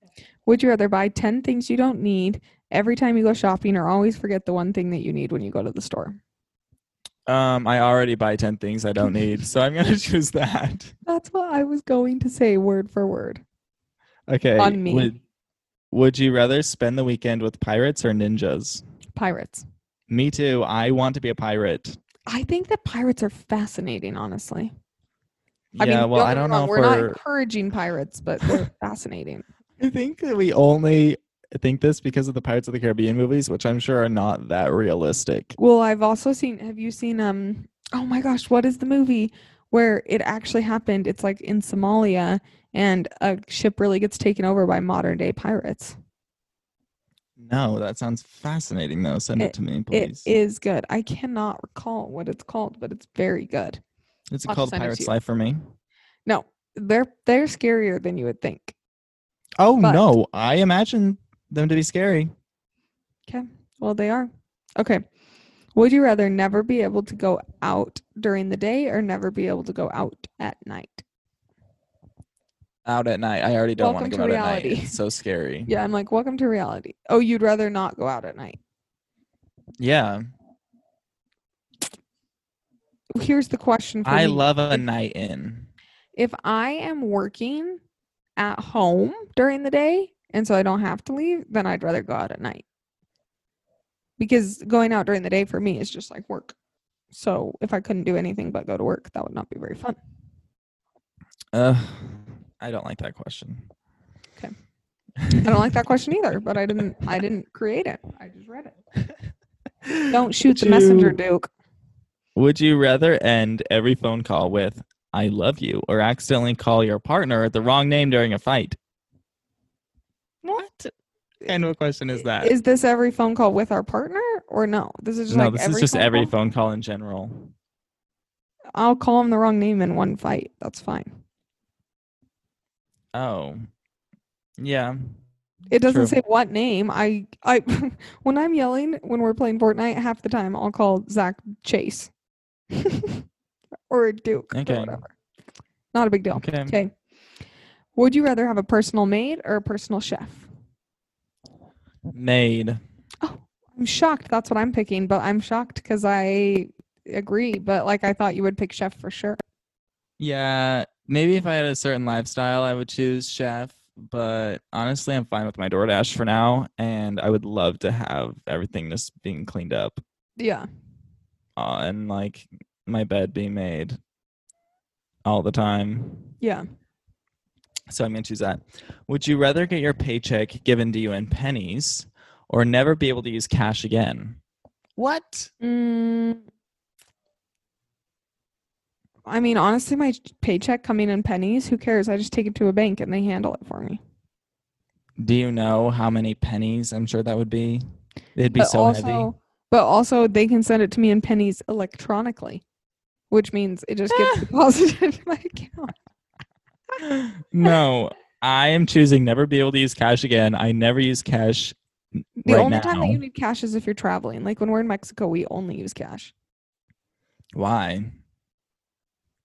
[SPEAKER 1] Would you rather buy 10 things you don't need every time you go shopping or always forget the one thing that you need when you go to the store?
[SPEAKER 2] Um, I already buy 10 things I don't need, so I'm gonna [LAUGHS] choose that.
[SPEAKER 1] That's what I was going to say word for word.
[SPEAKER 2] Okay.
[SPEAKER 1] On me.
[SPEAKER 2] Would, would you rather spend the weekend with pirates or ninjas?
[SPEAKER 1] Pirates.
[SPEAKER 2] Me too. I want to be a pirate.
[SPEAKER 1] I think that pirates are fascinating, honestly. I
[SPEAKER 2] yeah,
[SPEAKER 1] mean, get
[SPEAKER 2] well, I
[SPEAKER 1] me
[SPEAKER 2] don't
[SPEAKER 1] wrong,
[SPEAKER 2] know if
[SPEAKER 1] We're not
[SPEAKER 2] we're.
[SPEAKER 1] encouraging pirates, but they're [LAUGHS] fascinating.
[SPEAKER 2] I think that we only think this because of the Pirates of the Caribbean movies, which I'm sure are not that realistic.
[SPEAKER 1] Well, I've also seen, have you seen, um, oh my gosh, what is the movie where it actually happened? It's like in Somalia and a ship really gets taken over by modern day pirates.
[SPEAKER 2] No, that sounds fascinating, though. Send it,
[SPEAKER 1] It-
[SPEAKER 2] to me,
[SPEAKER 1] It
[SPEAKER 2] please.
[SPEAKER 1] is good. I cannot recall what it's called, but it's very good.
[SPEAKER 2] it's
[SPEAKER 1] I'll just
[SPEAKER 2] called
[SPEAKER 1] send it to
[SPEAKER 2] Pirate's
[SPEAKER 1] you.
[SPEAKER 2] Life for me.
[SPEAKER 1] No, they're they're scarier than you would think.
[SPEAKER 2] Oh,
[SPEAKER 1] But-
[SPEAKER 2] no. I imagine them to be scary.
[SPEAKER 1] Okay. Well, they are. Okay. Would you rather never be able to go out during the day or never be able to go out at night?
[SPEAKER 2] Out at night. I already don't want
[SPEAKER 1] Welcome
[SPEAKER 2] to
[SPEAKER 1] to
[SPEAKER 2] go out at night.
[SPEAKER 1] reality.
[SPEAKER 2] It's so scary.
[SPEAKER 1] Yeah, I'm like, welcome to reality. Oh, you'd rather not go out at night.
[SPEAKER 2] yeah.
[SPEAKER 1] Here's the question for
[SPEAKER 2] I
[SPEAKER 1] me.
[SPEAKER 2] love a
[SPEAKER 1] If-
[SPEAKER 2] night in.
[SPEAKER 1] if I am working at home during the day and so I don't have to leave, then I'd rather go out at night. Because going out during the day for me is just like work. So if I couldn't do anything but go to work, that would not be very fun.
[SPEAKER 2] Uh, I don't like that question.
[SPEAKER 1] Okay. I don't
[SPEAKER 2] [LAUGHS]
[SPEAKER 1] like that question either, but I didn't I didn't create it. I just read it. Don't shoot the messenger, Duke.
[SPEAKER 2] Would you rather end every phone call with "I love you" or accidentally call your partner the wrong name during a fight? What kind of a question is that?
[SPEAKER 1] Is this every phone call with our partner or no? This is just
[SPEAKER 2] no,
[SPEAKER 1] like
[SPEAKER 2] this
[SPEAKER 1] every
[SPEAKER 2] is just
[SPEAKER 1] phone
[SPEAKER 2] every
[SPEAKER 1] call?
[SPEAKER 2] phone call in general.
[SPEAKER 1] I'll call him the wrong name in one fight. That's fine.
[SPEAKER 2] Oh, yeah.
[SPEAKER 1] It doesn't
[SPEAKER 2] True.
[SPEAKER 1] say what name. I I [LAUGHS] when I'm yelling when we're playing Fortnite, half the time I'll call Zach Chase [LAUGHS] or Duke
[SPEAKER 2] Okay.
[SPEAKER 1] or whatever. Not a big deal.
[SPEAKER 2] Okay.
[SPEAKER 1] Okay. Would you rather have a personal maid or a personal chef?
[SPEAKER 2] Maid.
[SPEAKER 1] I'm shocked that's what I'm picking, but I'm shocked because I agree. But like I thought you would pick chef for sure.
[SPEAKER 2] Yeah, maybe if I had a certain lifestyle, I would choose chef. But honestly, I'm fine with my DoorDash for now, and I would love to have everything just being cleaned up
[SPEAKER 1] Yeah.
[SPEAKER 2] uh, and like my bed being made all the time.
[SPEAKER 1] Yeah.
[SPEAKER 2] So I'm gonna choose that. Would you rather get your paycheck given to you in pennies, or never be able to use cash again? What?
[SPEAKER 1] Mm, I mean, honestly, my paycheck coming in pennies, who cares? I just take it to a bank and they handle it for me.
[SPEAKER 2] Do you know how many pennies? I'm sure that would be. It'd be
[SPEAKER 1] but
[SPEAKER 2] so
[SPEAKER 1] also,
[SPEAKER 2] heavy.
[SPEAKER 1] But also, they can send it to me in pennies electronically, which means it just
[SPEAKER 2] [LAUGHS]
[SPEAKER 1] gets deposited into my account.
[SPEAKER 2] [GASPS] no, I am choosing never be able to use cash again. I never use cash.
[SPEAKER 1] The
[SPEAKER 2] Right
[SPEAKER 1] only time that you
[SPEAKER 2] now.
[SPEAKER 1] need cash is if you're traveling. Like when we're in Mexico, we only use cash.
[SPEAKER 2] Why?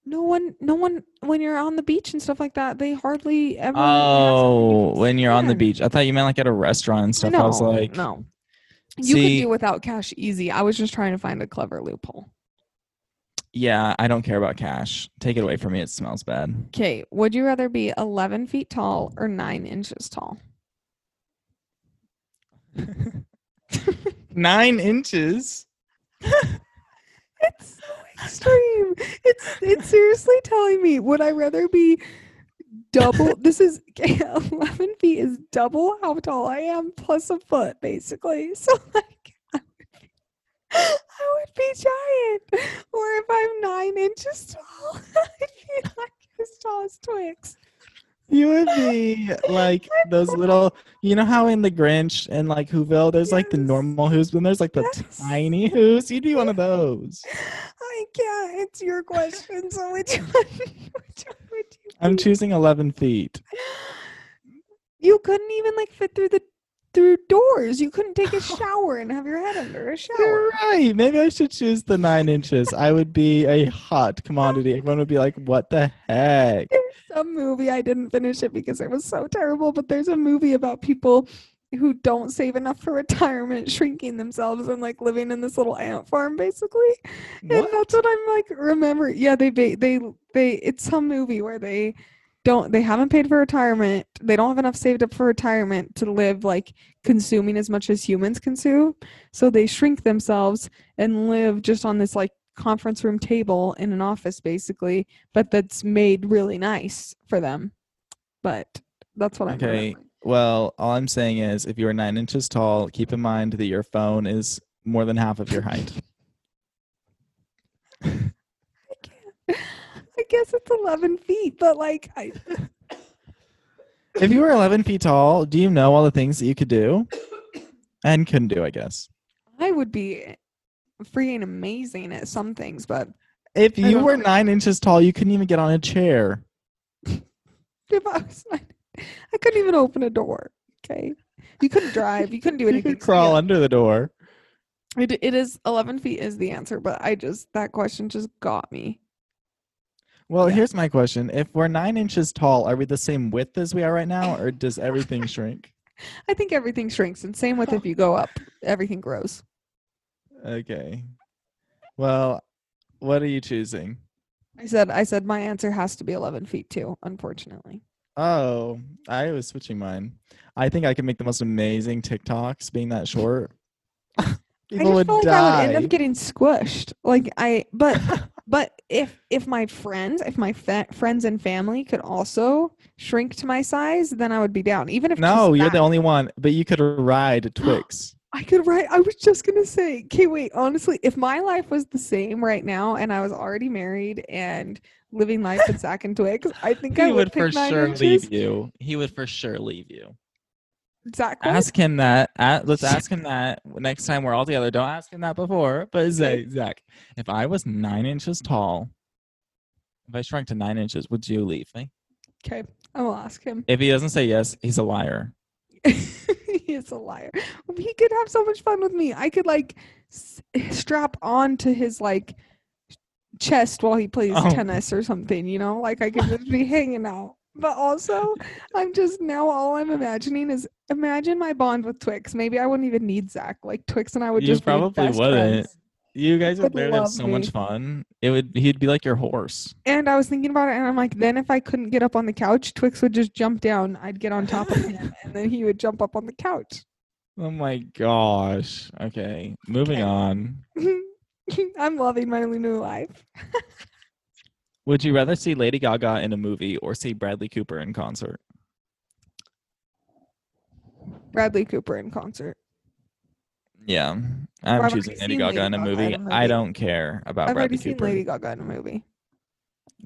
[SPEAKER 1] No one, no one, when you're on the beach and stuff like that, they hardly ever. have something you
[SPEAKER 2] Oh,
[SPEAKER 1] can
[SPEAKER 2] when you're on the
[SPEAKER 1] spend.
[SPEAKER 2] beach. I thought you meant like at a restaurant and stuff. I was
[SPEAKER 1] No,
[SPEAKER 2] like,
[SPEAKER 1] no. You
[SPEAKER 2] See-
[SPEAKER 1] can do without cash easy. I was just trying to find a clever loophole.
[SPEAKER 2] Yeah, I don't care about cash. Take it away from me. It smells bad.
[SPEAKER 1] Okay, would you rather be 11 feet tall or nine inches tall?
[SPEAKER 2] Nine inches.
[SPEAKER 1] It's so extreme. It's
[SPEAKER 2] [LAUGHS]
[SPEAKER 1] it's seriously telling me would I rather be double this is [LAUGHS] 11 feet is double how tall I am plus a foot basically. [LAUGHS] So like I would be- I would be giant. Or if I'm 9 inches tall, [LAUGHS] I'd be like as tall as Twix.
[SPEAKER 2] You would
[SPEAKER 1] [LAUGHS]
[SPEAKER 2] be like those little, you know how in the Grinch and like Whoville, there's like the
[SPEAKER 1] Yes.
[SPEAKER 2] normal who's, but there's like the
[SPEAKER 1] Yes.
[SPEAKER 2] tiny who's. You'd be one of those.
[SPEAKER 1] I can't. It's your question. So which [LAUGHS] one? Which one would you?
[SPEAKER 2] I'm
[SPEAKER 1] be?
[SPEAKER 2] choosing 11 feet.
[SPEAKER 1] You couldn't even like fit through the through doors. You couldn't [LAUGHS] take a shower and have your head under a
[SPEAKER 2] You're
[SPEAKER 1] shower.
[SPEAKER 2] right. Maybe I should choose the nine inches. I would be a hot commodity. Everyone would be like, what the
[SPEAKER 1] [LAUGHS]
[SPEAKER 2] heck?
[SPEAKER 1] There's a movie I didn't finish it because it was so terrible. But there's a movie about people who don't save enough for retirement, shrinking themselves and like living in this little ant farm, basically. And
[SPEAKER 2] What?
[SPEAKER 1] that's what I'm like. Remember? Yeah, they ba- they they. It's some movie where they don't. They haven't paid for retirement. They don't have enough saved up for retirement to live like consuming as much as humans consume. So they shrink themselves and live just on this like conference room table in an office, basically. But that's made really nice for them. But that's what I'm.
[SPEAKER 2] Okay.
[SPEAKER 1] remembering.
[SPEAKER 2] Well, all I'm saying is if you are nine inches tall, keep in mind that your phone is more than half of your height.
[SPEAKER 1] I guess it's 11 feet, but like I.
[SPEAKER 2] [LAUGHS] if you were 11 feet tall, do you know all the things that you could do [COUGHS] and couldn't do, I guess?
[SPEAKER 1] I would be freaking amazing at some things, but
[SPEAKER 2] If
[SPEAKER 1] I
[SPEAKER 2] you
[SPEAKER 1] don't
[SPEAKER 2] were
[SPEAKER 1] know.
[SPEAKER 2] nine inches tall, you couldn't even get on a chair.
[SPEAKER 1] if I was [LAUGHS] nine, I couldn't even open a door. Okay. You couldn't drive. You couldn't do
[SPEAKER 2] [LAUGHS] You
[SPEAKER 1] anything.
[SPEAKER 2] could crawl under the door.
[SPEAKER 1] It, it is 11 feet is the answer, but I just, that question just got me.
[SPEAKER 2] Well,
[SPEAKER 1] Yeah.
[SPEAKER 2] here's my question. If we're nine inches tall, are we the same width as we are right now, or does
[SPEAKER 1] [LAUGHS]
[SPEAKER 2] everything shrink?
[SPEAKER 1] I think everything shrinks, and same with if you go up, everything grows.
[SPEAKER 2] Okay. Well, what are you choosing?
[SPEAKER 1] I said, I said my answer has to be 11 feet too, unfortunately.
[SPEAKER 2] Oh, I was switching mine. I think I could make the most amazing TikToks
[SPEAKER 1] [LAUGHS]
[SPEAKER 2] being that short. People
[SPEAKER 1] I just
[SPEAKER 2] would
[SPEAKER 1] feel like
[SPEAKER 2] die.
[SPEAKER 1] I would end up getting squished. Like I,
[SPEAKER 2] [LAUGHS]
[SPEAKER 1] but [LAUGHS] but if if my friends, if my fa- friends and family could also shrink to my size, then I would be down. Even if just
[SPEAKER 2] no, you're the
[SPEAKER 1] that.
[SPEAKER 2] only one, but you could ride Twix.
[SPEAKER 1] [GASPS] I could write. I was just gonna say, okay, wait. Honestly, if my life was the same right now, and I was already married and living life
[SPEAKER 2] [LAUGHS]
[SPEAKER 1] with Zach and Twix, I think I
[SPEAKER 2] he
[SPEAKER 1] would,
[SPEAKER 2] would
[SPEAKER 1] pick
[SPEAKER 2] for
[SPEAKER 1] nine
[SPEAKER 2] sure
[SPEAKER 1] inches.
[SPEAKER 2] leave you. He would for sure leave you.
[SPEAKER 1] Zach, what?
[SPEAKER 2] Ask him that. a- let's ask him that next time we're all together. Don't ask him that before, but say, Zach, if I was nine inches tall, if I shrunk to nine inches, would you leave me?
[SPEAKER 1] okay, I will ask him.
[SPEAKER 2] If he doesn't say yes, he's a liar.
[SPEAKER 1] [LAUGHS] he is a liar. He could have so much fun with me. I could like s- strap on to his like chest while he plays
[SPEAKER 2] Oh.
[SPEAKER 1] tennis or something. You know, like I could just be hanging out. But also, I'm just now all I'm imagining is imagine my bond with Twix. Maybe I wouldn't even need Zach. Like Twix and I would
[SPEAKER 2] You
[SPEAKER 1] just be
[SPEAKER 2] probably
[SPEAKER 1] best
[SPEAKER 2] wouldn't.
[SPEAKER 1] friends.
[SPEAKER 2] You guys would
[SPEAKER 1] would
[SPEAKER 2] literally have
[SPEAKER 1] love
[SPEAKER 2] so
[SPEAKER 1] me.
[SPEAKER 2] much fun. It would he'd be like your horse.
[SPEAKER 1] And I was thinking about it, and I'm like, then if I couldn't get up on the couch, Twix would just jump down. I'd get on top of
[SPEAKER 2] [LAUGHS]
[SPEAKER 1] him, and then he would jump up on the couch. [LAUGHS]
[SPEAKER 2] Oh my gosh. Okay. Moving
[SPEAKER 1] Okay.
[SPEAKER 2] on.
[SPEAKER 1] I'm loving my new life.
[SPEAKER 2] Would you rather see Lady Gaga in a movie or see Bradley Cooper in concert?
[SPEAKER 1] Bradley Cooper in concert.
[SPEAKER 2] Yeah.
[SPEAKER 1] I've
[SPEAKER 2] I'm
[SPEAKER 1] already
[SPEAKER 2] choosing Lady
[SPEAKER 1] seen
[SPEAKER 2] Gaga
[SPEAKER 1] Lady
[SPEAKER 2] in a
[SPEAKER 1] Gaga in
[SPEAKER 2] movie.
[SPEAKER 1] a movie.
[SPEAKER 2] I don't care about
[SPEAKER 1] I've already
[SPEAKER 2] Oh, Bradley
[SPEAKER 1] seen
[SPEAKER 2] Cooper.
[SPEAKER 1] Lady Gaga in a movie.
[SPEAKER 2] [LAUGHS]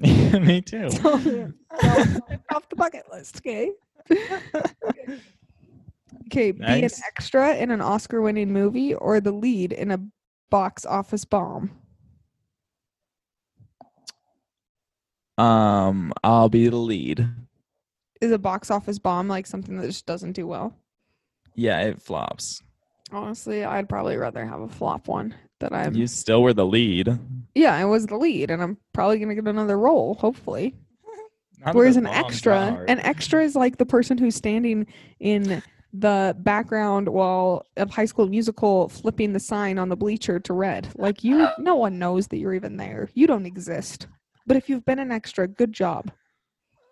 [SPEAKER 2] Me
[SPEAKER 1] [LAUGHS]
[SPEAKER 2] too.
[SPEAKER 1] So no, off the bucket list, okay? [LAUGHS] Okay, be an
[SPEAKER 2] Nice.
[SPEAKER 1] extra in an Oscar winning movie or the lead in a box office bomb.
[SPEAKER 2] Um, I'll be the lead.
[SPEAKER 1] Is a box office bomb like something that just doesn't do well?
[SPEAKER 2] Yeah, it flops.
[SPEAKER 1] Honestly, I'd probably rather have a flop one that I'm
[SPEAKER 2] You still were the lead.
[SPEAKER 1] Yeah, I was the lead and I'm probably gonna get another role, hopefully.
[SPEAKER 2] Not that
[SPEAKER 1] Whereas
[SPEAKER 2] the
[SPEAKER 1] an
[SPEAKER 2] bomb's that
[SPEAKER 1] extra,
[SPEAKER 2] hard.
[SPEAKER 1] an extra is like the person who's standing in the background wall of High School Musical flipping the sign on the bleacher to red. Like you, no one knows that you're even there. You don't exist. But if you've been an extra, good job.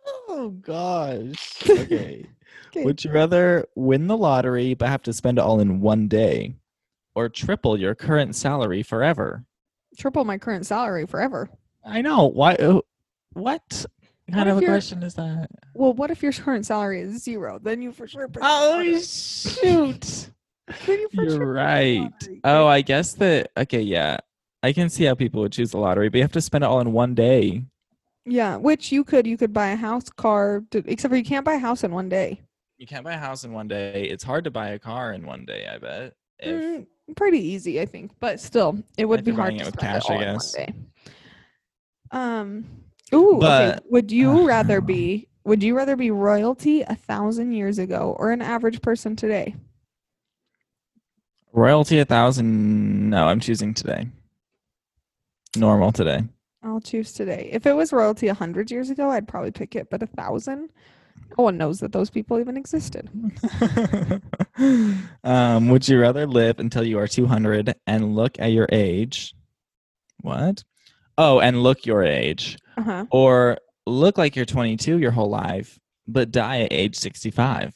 [SPEAKER 2] Oh gosh. [LAUGHS] Okay. Would you rather win the lottery but have to spend it all in one day or triple your current salary forever?
[SPEAKER 1] Triple my current salary forever.
[SPEAKER 2] I know. Why uh, what
[SPEAKER 1] What
[SPEAKER 2] kind
[SPEAKER 1] if
[SPEAKER 2] of a
[SPEAKER 1] you're-
[SPEAKER 2] question is that?
[SPEAKER 1] Well, what if your current salary is zero? Then you for sure. been
[SPEAKER 2] Oh
[SPEAKER 1] smarter.
[SPEAKER 2] shoot.
[SPEAKER 1] Then you for sure
[SPEAKER 2] You're
[SPEAKER 1] been
[SPEAKER 2] right.
[SPEAKER 1] smarter.
[SPEAKER 2] Oh, I guess that okay, yeah. I can see how people would choose the lottery, but you have to spend it all in one day.
[SPEAKER 1] yeah. Which you could you could buy a house, car, d except for you can't buy a house in one day.
[SPEAKER 2] You can't buy a house in one day. It's hard to buy a car in one day, I bet. If
[SPEAKER 1] Mm, pretty easy, I think, but still, it would
[SPEAKER 2] If
[SPEAKER 1] be
[SPEAKER 2] you're
[SPEAKER 1] hard
[SPEAKER 2] buying
[SPEAKER 1] to
[SPEAKER 2] it with
[SPEAKER 1] spend
[SPEAKER 2] cash, I
[SPEAKER 1] all in one
[SPEAKER 2] guess.
[SPEAKER 1] day. Um. Ooh. okay.
[SPEAKER 2] But-
[SPEAKER 1] Would
[SPEAKER 2] [SIGHS]
[SPEAKER 1] you rather be? Would you rather be royalty a thousand years ago or an average person today?
[SPEAKER 2] royalty a thousand no, I'm choosing today. Normal today.
[SPEAKER 1] I'll choose today. If it was royalty a hundred years ago, I'd probably pick it, but a thousand. No one knows that those people even existed.
[SPEAKER 2] um, would you rather live until you are 200 and look at your age? What? Oh, and look your age.
[SPEAKER 1] Uh huh.
[SPEAKER 2] Or look like you're 22 your whole life, but die at age 65.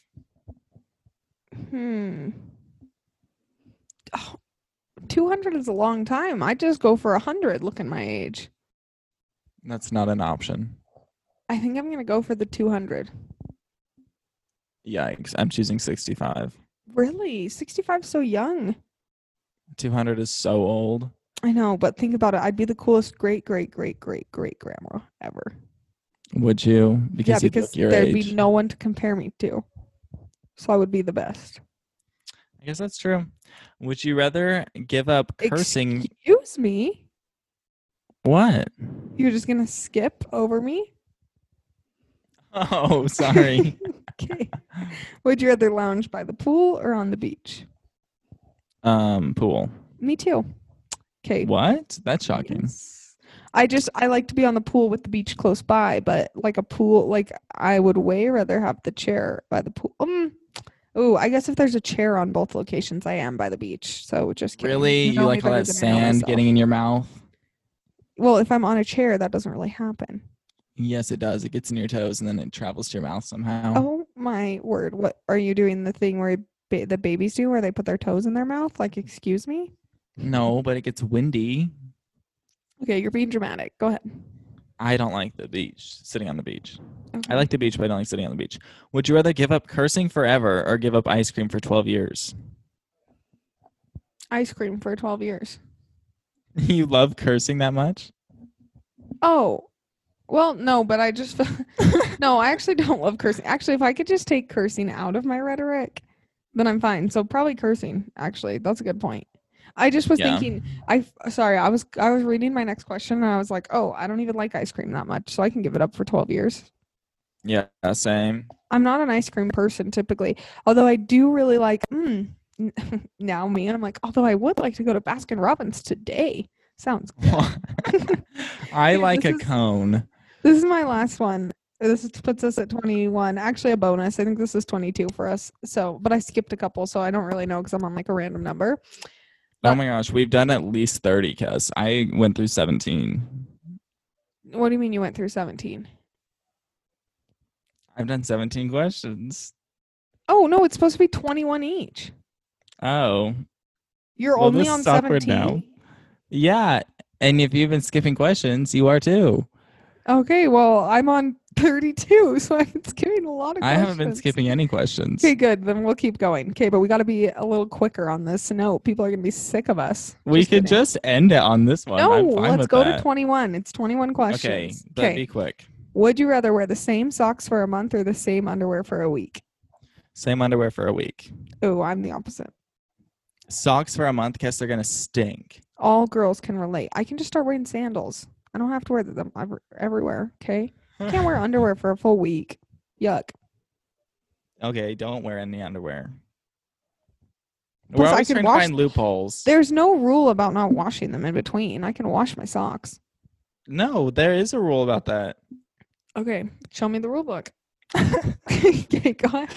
[SPEAKER 1] Hmm. Oh, 200 is a long time. I just go for 100 looking my age.
[SPEAKER 2] That's not an option.
[SPEAKER 1] I think I'm going to go for the 200.
[SPEAKER 2] Yikes. I'm choosing 65.
[SPEAKER 1] Really? 65 so young.
[SPEAKER 2] 200 is so old.
[SPEAKER 1] I know, but think about it. I'd be the coolest great great great great great grandma ever.
[SPEAKER 2] Would you? Because
[SPEAKER 1] yeah,
[SPEAKER 2] you'd
[SPEAKER 1] because
[SPEAKER 2] look your
[SPEAKER 1] there'd
[SPEAKER 2] age.
[SPEAKER 1] be no one to compare me to. So I would be the best.
[SPEAKER 2] I guess that's true. Would you rather give up cursing?
[SPEAKER 1] Excuse me. [LAUGHS]
[SPEAKER 2] What? [LAUGHS]
[SPEAKER 1] You're just going to skip over me? [LAUGHS]
[SPEAKER 2] Oh, sorry. [LAUGHS]
[SPEAKER 1] Okay. Would you rather lounge by the pool or on the beach?
[SPEAKER 2] um, pool.
[SPEAKER 1] Me too. Okay.
[SPEAKER 2] What? That's shocking.
[SPEAKER 1] Yes. I just I like to be on the pool with the beach close by, but like a pool, like I would way rather have the chair by the pool. Um, oh, I guess if there's a chair on both locations, I am by the beach. So just kidding.
[SPEAKER 2] Really?
[SPEAKER 1] know
[SPEAKER 2] You
[SPEAKER 1] me
[SPEAKER 2] like all
[SPEAKER 1] better
[SPEAKER 2] that
[SPEAKER 1] than I know
[SPEAKER 2] sand
[SPEAKER 1] myself.
[SPEAKER 2] getting in your mouth?
[SPEAKER 1] Well, if I'm on a chair, that doesn't really happen.
[SPEAKER 2] Yes, it does. It gets in your toes and then it travels to your mouth somehow.
[SPEAKER 1] Oh my word! What are you doing? The thing where ba- the babies do, where they put their toes in their mouth? Like, excuse me?
[SPEAKER 2] No, but it gets windy.
[SPEAKER 1] Okay, you're being dramatic. Go ahead.
[SPEAKER 2] I don't like the beach, sitting on the beach.
[SPEAKER 1] Okay.
[SPEAKER 2] I like the beach, but I don't like sitting on the beach. Would you rather give up cursing forever or give up ice cream for 12 years? [LAUGHS]
[SPEAKER 1] ice cream for 12 years.
[SPEAKER 2] you love cursing that much?
[SPEAKER 1] Oh, well, no, but I just [LAUGHS] no, I actually don't love cursing. Actually, if I could just take cursing out of my rhetoric, then I'm fine. So probably cursing. Actually, that's a good point. I just was
[SPEAKER 2] Yeah.
[SPEAKER 1] thinking. I sorry, I was I was reading my next question and I was like, oh, I don't even like ice cream that much, so I can give it up for 12 years.
[SPEAKER 2] Yeah, same.
[SPEAKER 1] I'm not an ice cream person typically, although I do really like. Mm, [LAUGHS] now me, and I'm like, although I would like to go to Baskin Robbins today. Sounds
[SPEAKER 2] [LAUGHS] I
[SPEAKER 1] Yeah,
[SPEAKER 2] like
[SPEAKER 1] this
[SPEAKER 2] a
[SPEAKER 1] is-
[SPEAKER 2] cone.
[SPEAKER 1] This is my last one. This is- puts us at 21. Actually, a bonus. I think this is 22 for us. So, but I skipped a couple, so I don't really know because I'm on like a random number.
[SPEAKER 2] Oh my gosh, we've done at least 30 cuz I went through 17.
[SPEAKER 1] What do you mean you went through 17?
[SPEAKER 2] I've done 17 questions.
[SPEAKER 1] Oh, no, it's supposed to be 21 each.
[SPEAKER 2] Oh.
[SPEAKER 1] You're
[SPEAKER 2] Well,
[SPEAKER 1] only
[SPEAKER 2] this
[SPEAKER 1] on
[SPEAKER 2] is awkward
[SPEAKER 1] 17.
[SPEAKER 2] now. Yeah. And if you've been skipping questions, you are too.
[SPEAKER 1] Okay, well, I'm on 32, [LAUGHS] so I'm skipping a lot of
[SPEAKER 2] I haven't been
[SPEAKER 1] questions.
[SPEAKER 2] skipping any questions.
[SPEAKER 1] Okay, good. Then we'll keep going. Okay, but we got to be a little quicker on this. No, people are going to be sick of us.
[SPEAKER 2] We could
[SPEAKER 1] kidding.
[SPEAKER 2] just end it on this one.
[SPEAKER 1] No,
[SPEAKER 2] I'm fine
[SPEAKER 1] let's
[SPEAKER 2] with
[SPEAKER 1] go
[SPEAKER 2] that.
[SPEAKER 1] to 21. It's 21 questions.
[SPEAKER 2] Okay, but be quick.
[SPEAKER 1] Would you rather wear the same socks for a month or the same underwear for a week?
[SPEAKER 2] Same underwear for a week.
[SPEAKER 1] Oh, I'm the opposite.
[SPEAKER 2] Socks for a month because they're gonna stink.
[SPEAKER 1] All girls can relate. I can just start wearing sandals. I don't have to wear them ever- everywhere. Okay, I can't wear underwear for a full week. Yuck.
[SPEAKER 2] Okay, don't wear any underwear. We're
[SPEAKER 1] Plus, I
[SPEAKER 2] always
[SPEAKER 1] can
[SPEAKER 2] trying to
[SPEAKER 1] wash-
[SPEAKER 2] find loopholes.
[SPEAKER 1] There's no rule about not washing them in between. I can wash my socks.
[SPEAKER 2] No, there is a rule about that.
[SPEAKER 1] [LAUGHS] Okay, show me the rule book. okay, go ahead.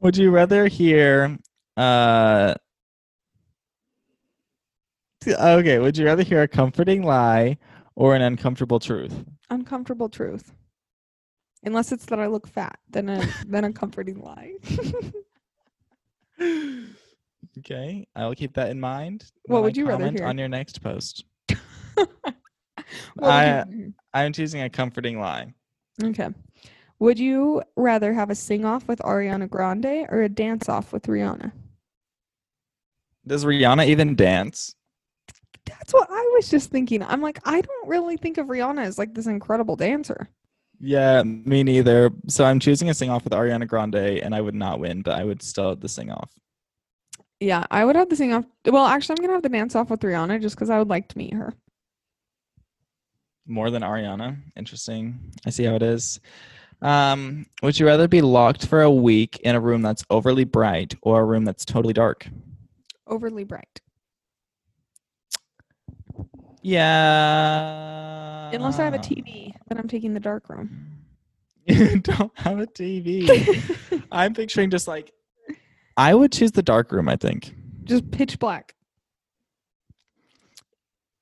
[SPEAKER 2] Would you rather hear uh okay, would you rather hear a comforting lie or an uncomfortable truth?
[SPEAKER 1] Uncomfortable truth. Unless it's that I look fat, then a then a comforting lie.
[SPEAKER 2] [GASPS]
[SPEAKER 1] [LAUGHS]
[SPEAKER 2] Okay, I'll keep that in mind.
[SPEAKER 1] What
[SPEAKER 2] when I
[SPEAKER 1] would you rather
[SPEAKER 2] comment
[SPEAKER 1] hear?
[SPEAKER 2] On your next post.
[SPEAKER 1] What would
[SPEAKER 2] I-
[SPEAKER 1] you-
[SPEAKER 2] I'm choosing a comforting lie.
[SPEAKER 1] okay. Would you rather have a sing off with Ariana Grande or a dance off with Rihanna?
[SPEAKER 2] Does Rihanna even dance?
[SPEAKER 1] That's what I was just thinking. I'm like, I don't really think of Rihanna as like this incredible dancer.
[SPEAKER 2] Yeah, me neither. So I'm choosing a sing off with Ariana Grande, and I would not win, but I would still have the sing off.
[SPEAKER 1] Yeah, I would have the sing off. Well, actually, I'm gonna have the dance off with Rihanna just because I would like to meet her.
[SPEAKER 2] More than Ariana. Interesting. I see how it is. Um, would you rather be locked for a week in a room that's overly bright or a room that's totally dark?
[SPEAKER 1] Overly bright.
[SPEAKER 2] Yeah.
[SPEAKER 1] Unless I have a TV, then I'm taking the dark
[SPEAKER 2] [LAUGHS]
[SPEAKER 1] room. [LAUGHS]
[SPEAKER 2] You [LAUGHS] don't have a TV. I'm picturing just like I would choose the dark room, I think.
[SPEAKER 1] just pitch black.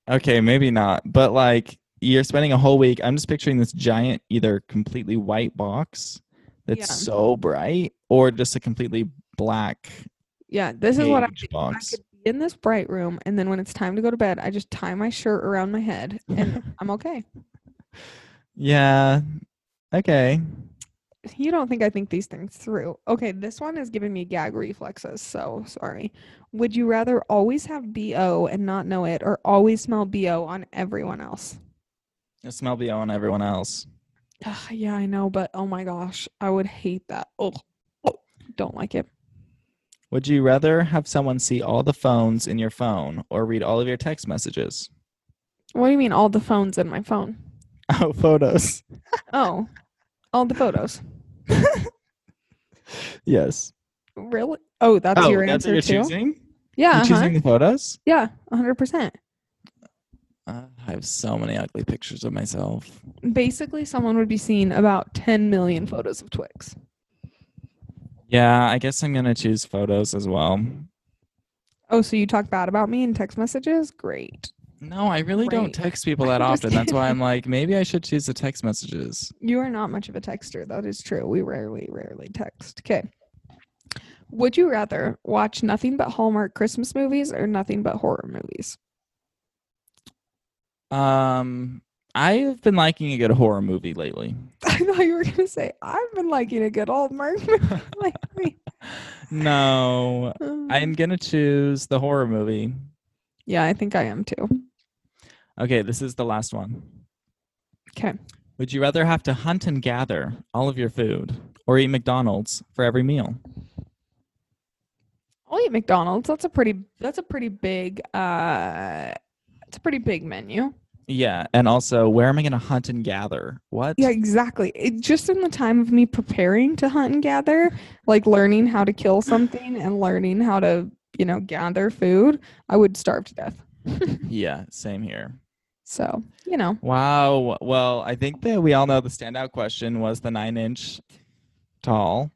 [SPEAKER 2] Okay, maybe not, but like you're spending a whole week. I'm just picturing this giant, either completely white box that's
[SPEAKER 1] Yeah.
[SPEAKER 2] so bright, or just a completely black
[SPEAKER 1] Yeah, this is what I,
[SPEAKER 2] cage
[SPEAKER 1] could- I
[SPEAKER 2] box.
[SPEAKER 1] could be in this bright room, and then when it's time to go to bed, I just tie my shirt around my head, and I'm okay.
[SPEAKER 2] [LAUGHS] Yeah. Okay.
[SPEAKER 1] You don't think I think these things through? Okay, this one is giving me gag reflexes, so sorry. Would you rather always have bo and not know it, or always smell bo on everyone else?
[SPEAKER 2] I smell BO on everyone else.
[SPEAKER 1] Ugh, yeah, I know, but oh my gosh, I would hate that. Oh, oh, don't like it.
[SPEAKER 2] Would you rather have someone see all the phones in your phone or read all of your text messages? [LAUGHS]
[SPEAKER 1] What do you mean? All the phones in my phone?
[SPEAKER 2] Oh, photos.
[SPEAKER 1] Oh, all the photos.
[SPEAKER 2] Yes.
[SPEAKER 1] Really? Oh, that's
[SPEAKER 2] oh,
[SPEAKER 1] your
[SPEAKER 2] that's
[SPEAKER 1] answer
[SPEAKER 2] what
[SPEAKER 1] too.
[SPEAKER 2] you're choosing?
[SPEAKER 1] Yeah,
[SPEAKER 2] You're
[SPEAKER 1] uh-huh.
[SPEAKER 2] choosing the photos?
[SPEAKER 1] yeah, hundred percent.
[SPEAKER 2] Uh, I have so many ugly pictures of myself.
[SPEAKER 1] Basically, someone would be seeing about ten million photos of Twix.
[SPEAKER 2] Yeah, I guess I'm going to choose photos as well.
[SPEAKER 1] Oh, so you talk bad about me in text messages? Great.
[SPEAKER 2] No, I really
[SPEAKER 1] Right.
[SPEAKER 2] don't
[SPEAKER 1] [LAUGHS]
[SPEAKER 2] text people that
[SPEAKER 1] I'm just
[SPEAKER 2] often. That's why I'm like, maybe I should choose the text messages.
[SPEAKER 1] You are not much of a texter. That is true. We rarely, rarely text. Okay. Would you rather watch nothing but Hallmark Christmas movies or nothing but horror movies? [LAUGHS]
[SPEAKER 2] Um, I have been liking a good horror movie lately.
[SPEAKER 1] I thought you were gonna say I've been liking a good Hallmark movie [LAUGHS] lately."
[SPEAKER 2] No, I'm
[SPEAKER 1] Um,
[SPEAKER 2] going to choose the horror movie.
[SPEAKER 1] yeah, I think I am too.
[SPEAKER 2] Okay, this is the last one.
[SPEAKER 1] 'Kay.
[SPEAKER 2] Would you rather have to hunt and gather all of your food or eat McDonald's for every meal?
[SPEAKER 1] I'll eat McDonald's. That's a pretty. That's a pretty big. Uh, it's a pretty big menu.
[SPEAKER 2] Yeah, and also, where am I going to hunt and gather? What?
[SPEAKER 1] Yeah, exactly. It, just in the time of me preparing to hunt and gather, like learning how to kill something and learning how to, you know, gather food, I would starve to death.
[SPEAKER 2] Yeah, same here.
[SPEAKER 1] So you know,
[SPEAKER 2] Wow. Well, I think that we all know the standout question was the nine inch tall.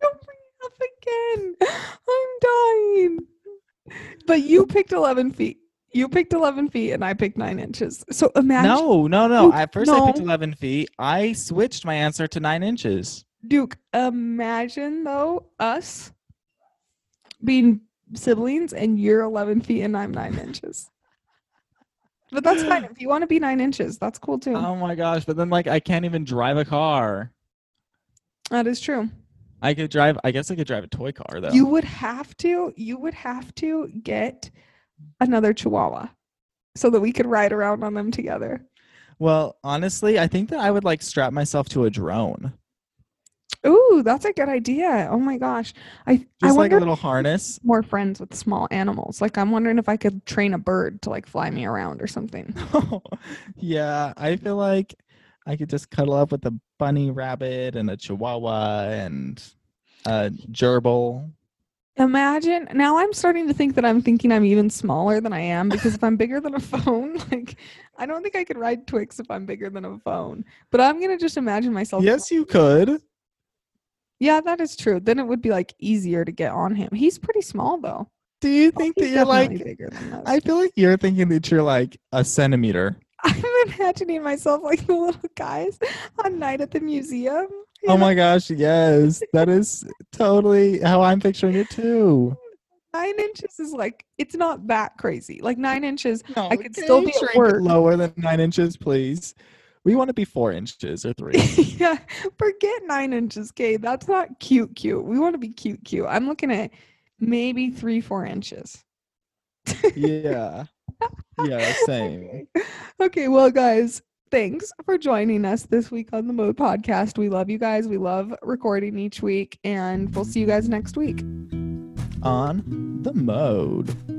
[SPEAKER 1] don't bring it up again. I'm dying. But you picked eleven feet. You picked eleven feet, and I picked nine inches. So imagine,
[SPEAKER 2] No, no, no.
[SPEAKER 1] Duke,
[SPEAKER 2] At first, I picked
[SPEAKER 1] no.
[SPEAKER 2] 11 feet. I switched my answer to nine inches.
[SPEAKER 1] Duke. Imagine though us being siblings, and you're eleven feet, and I'm nine inches. But that's fine. If you want to be nine inches, that's cool too.
[SPEAKER 2] Oh my gosh. But then, like, I can't even drive a car.
[SPEAKER 1] That is true.
[SPEAKER 2] I could drive, I guess I could drive a toy car, though.
[SPEAKER 1] You would have to, you would have to get another chihuahua so that we could ride around on them together.
[SPEAKER 2] Well, honestly, I think that I would like strap myself to a drone.
[SPEAKER 1] Ooh, that's a good idea. Oh my gosh. I I
[SPEAKER 2] Just like
[SPEAKER 1] wonder
[SPEAKER 2] a
[SPEAKER 1] if
[SPEAKER 2] little harness. [LAUGHS]
[SPEAKER 1] I'm more friends with small animals. Like I'm wondering if I could train a bird to like fly me around or something.
[SPEAKER 2] yeah, I feel like I could just cuddle up with a bunny rabbit and a chihuahua and a gerbil.
[SPEAKER 1] Imagine now I'm starting to think that I'm thinking I'm even smaller than I am because if I'm bigger than a [LAUGHS] phone, like I don't think I could ride Oh. Twix if I'm bigger than a phone. But I'm gonna just imagine myself
[SPEAKER 2] Yes, you could.
[SPEAKER 1] Yeah, that is true. Then it would be like easier to get on him. He's pretty small though.
[SPEAKER 2] Do you think that
[SPEAKER 1] He's
[SPEAKER 2] you're like?
[SPEAKER 1] Oh, definitely bigger than us.
[SPEAKER 2] I feel like you're thinking that you're like a centimeter.
[SPEAKER 1] [LAUGHS] I'm imagining myself like [LAUGHS] the little guys on Night at the Museum. you
[SPEAKER 2] Oh
[SPEAKER 1] know?
[SPEAKER 2] my gosh, yes, that is totally how I'm picturing it too.
[SPEAKER 1] Nine inches is like it's not that crazy. Like nine inches.
[SPEAKER 2] No,
[SPEAKER 1] could still
[SPEAKER 2] you
[SPEAKER 1] be at
[SPEAKER 2] shrink it
[SPEAKER 1] work.
[SPEAKER 2] lower than nine inches, please. We want to be four inches or three.
[SPEAKER 1] [LAUGHS] yeah, forget nine inches, Kay. That's not cute, cute. We want to be cute, cute. I'm looking at maybe three, four inches.
[SPEAKER 2] yeah, yeah, same.
[SPEAKER 1] Okay. Okay, well, guys, thanks for joining us this week on the Mode Podcast. We love you guys. We love recording each week, and we'll see you guys next week.
[SPEAKER 2] On the mode.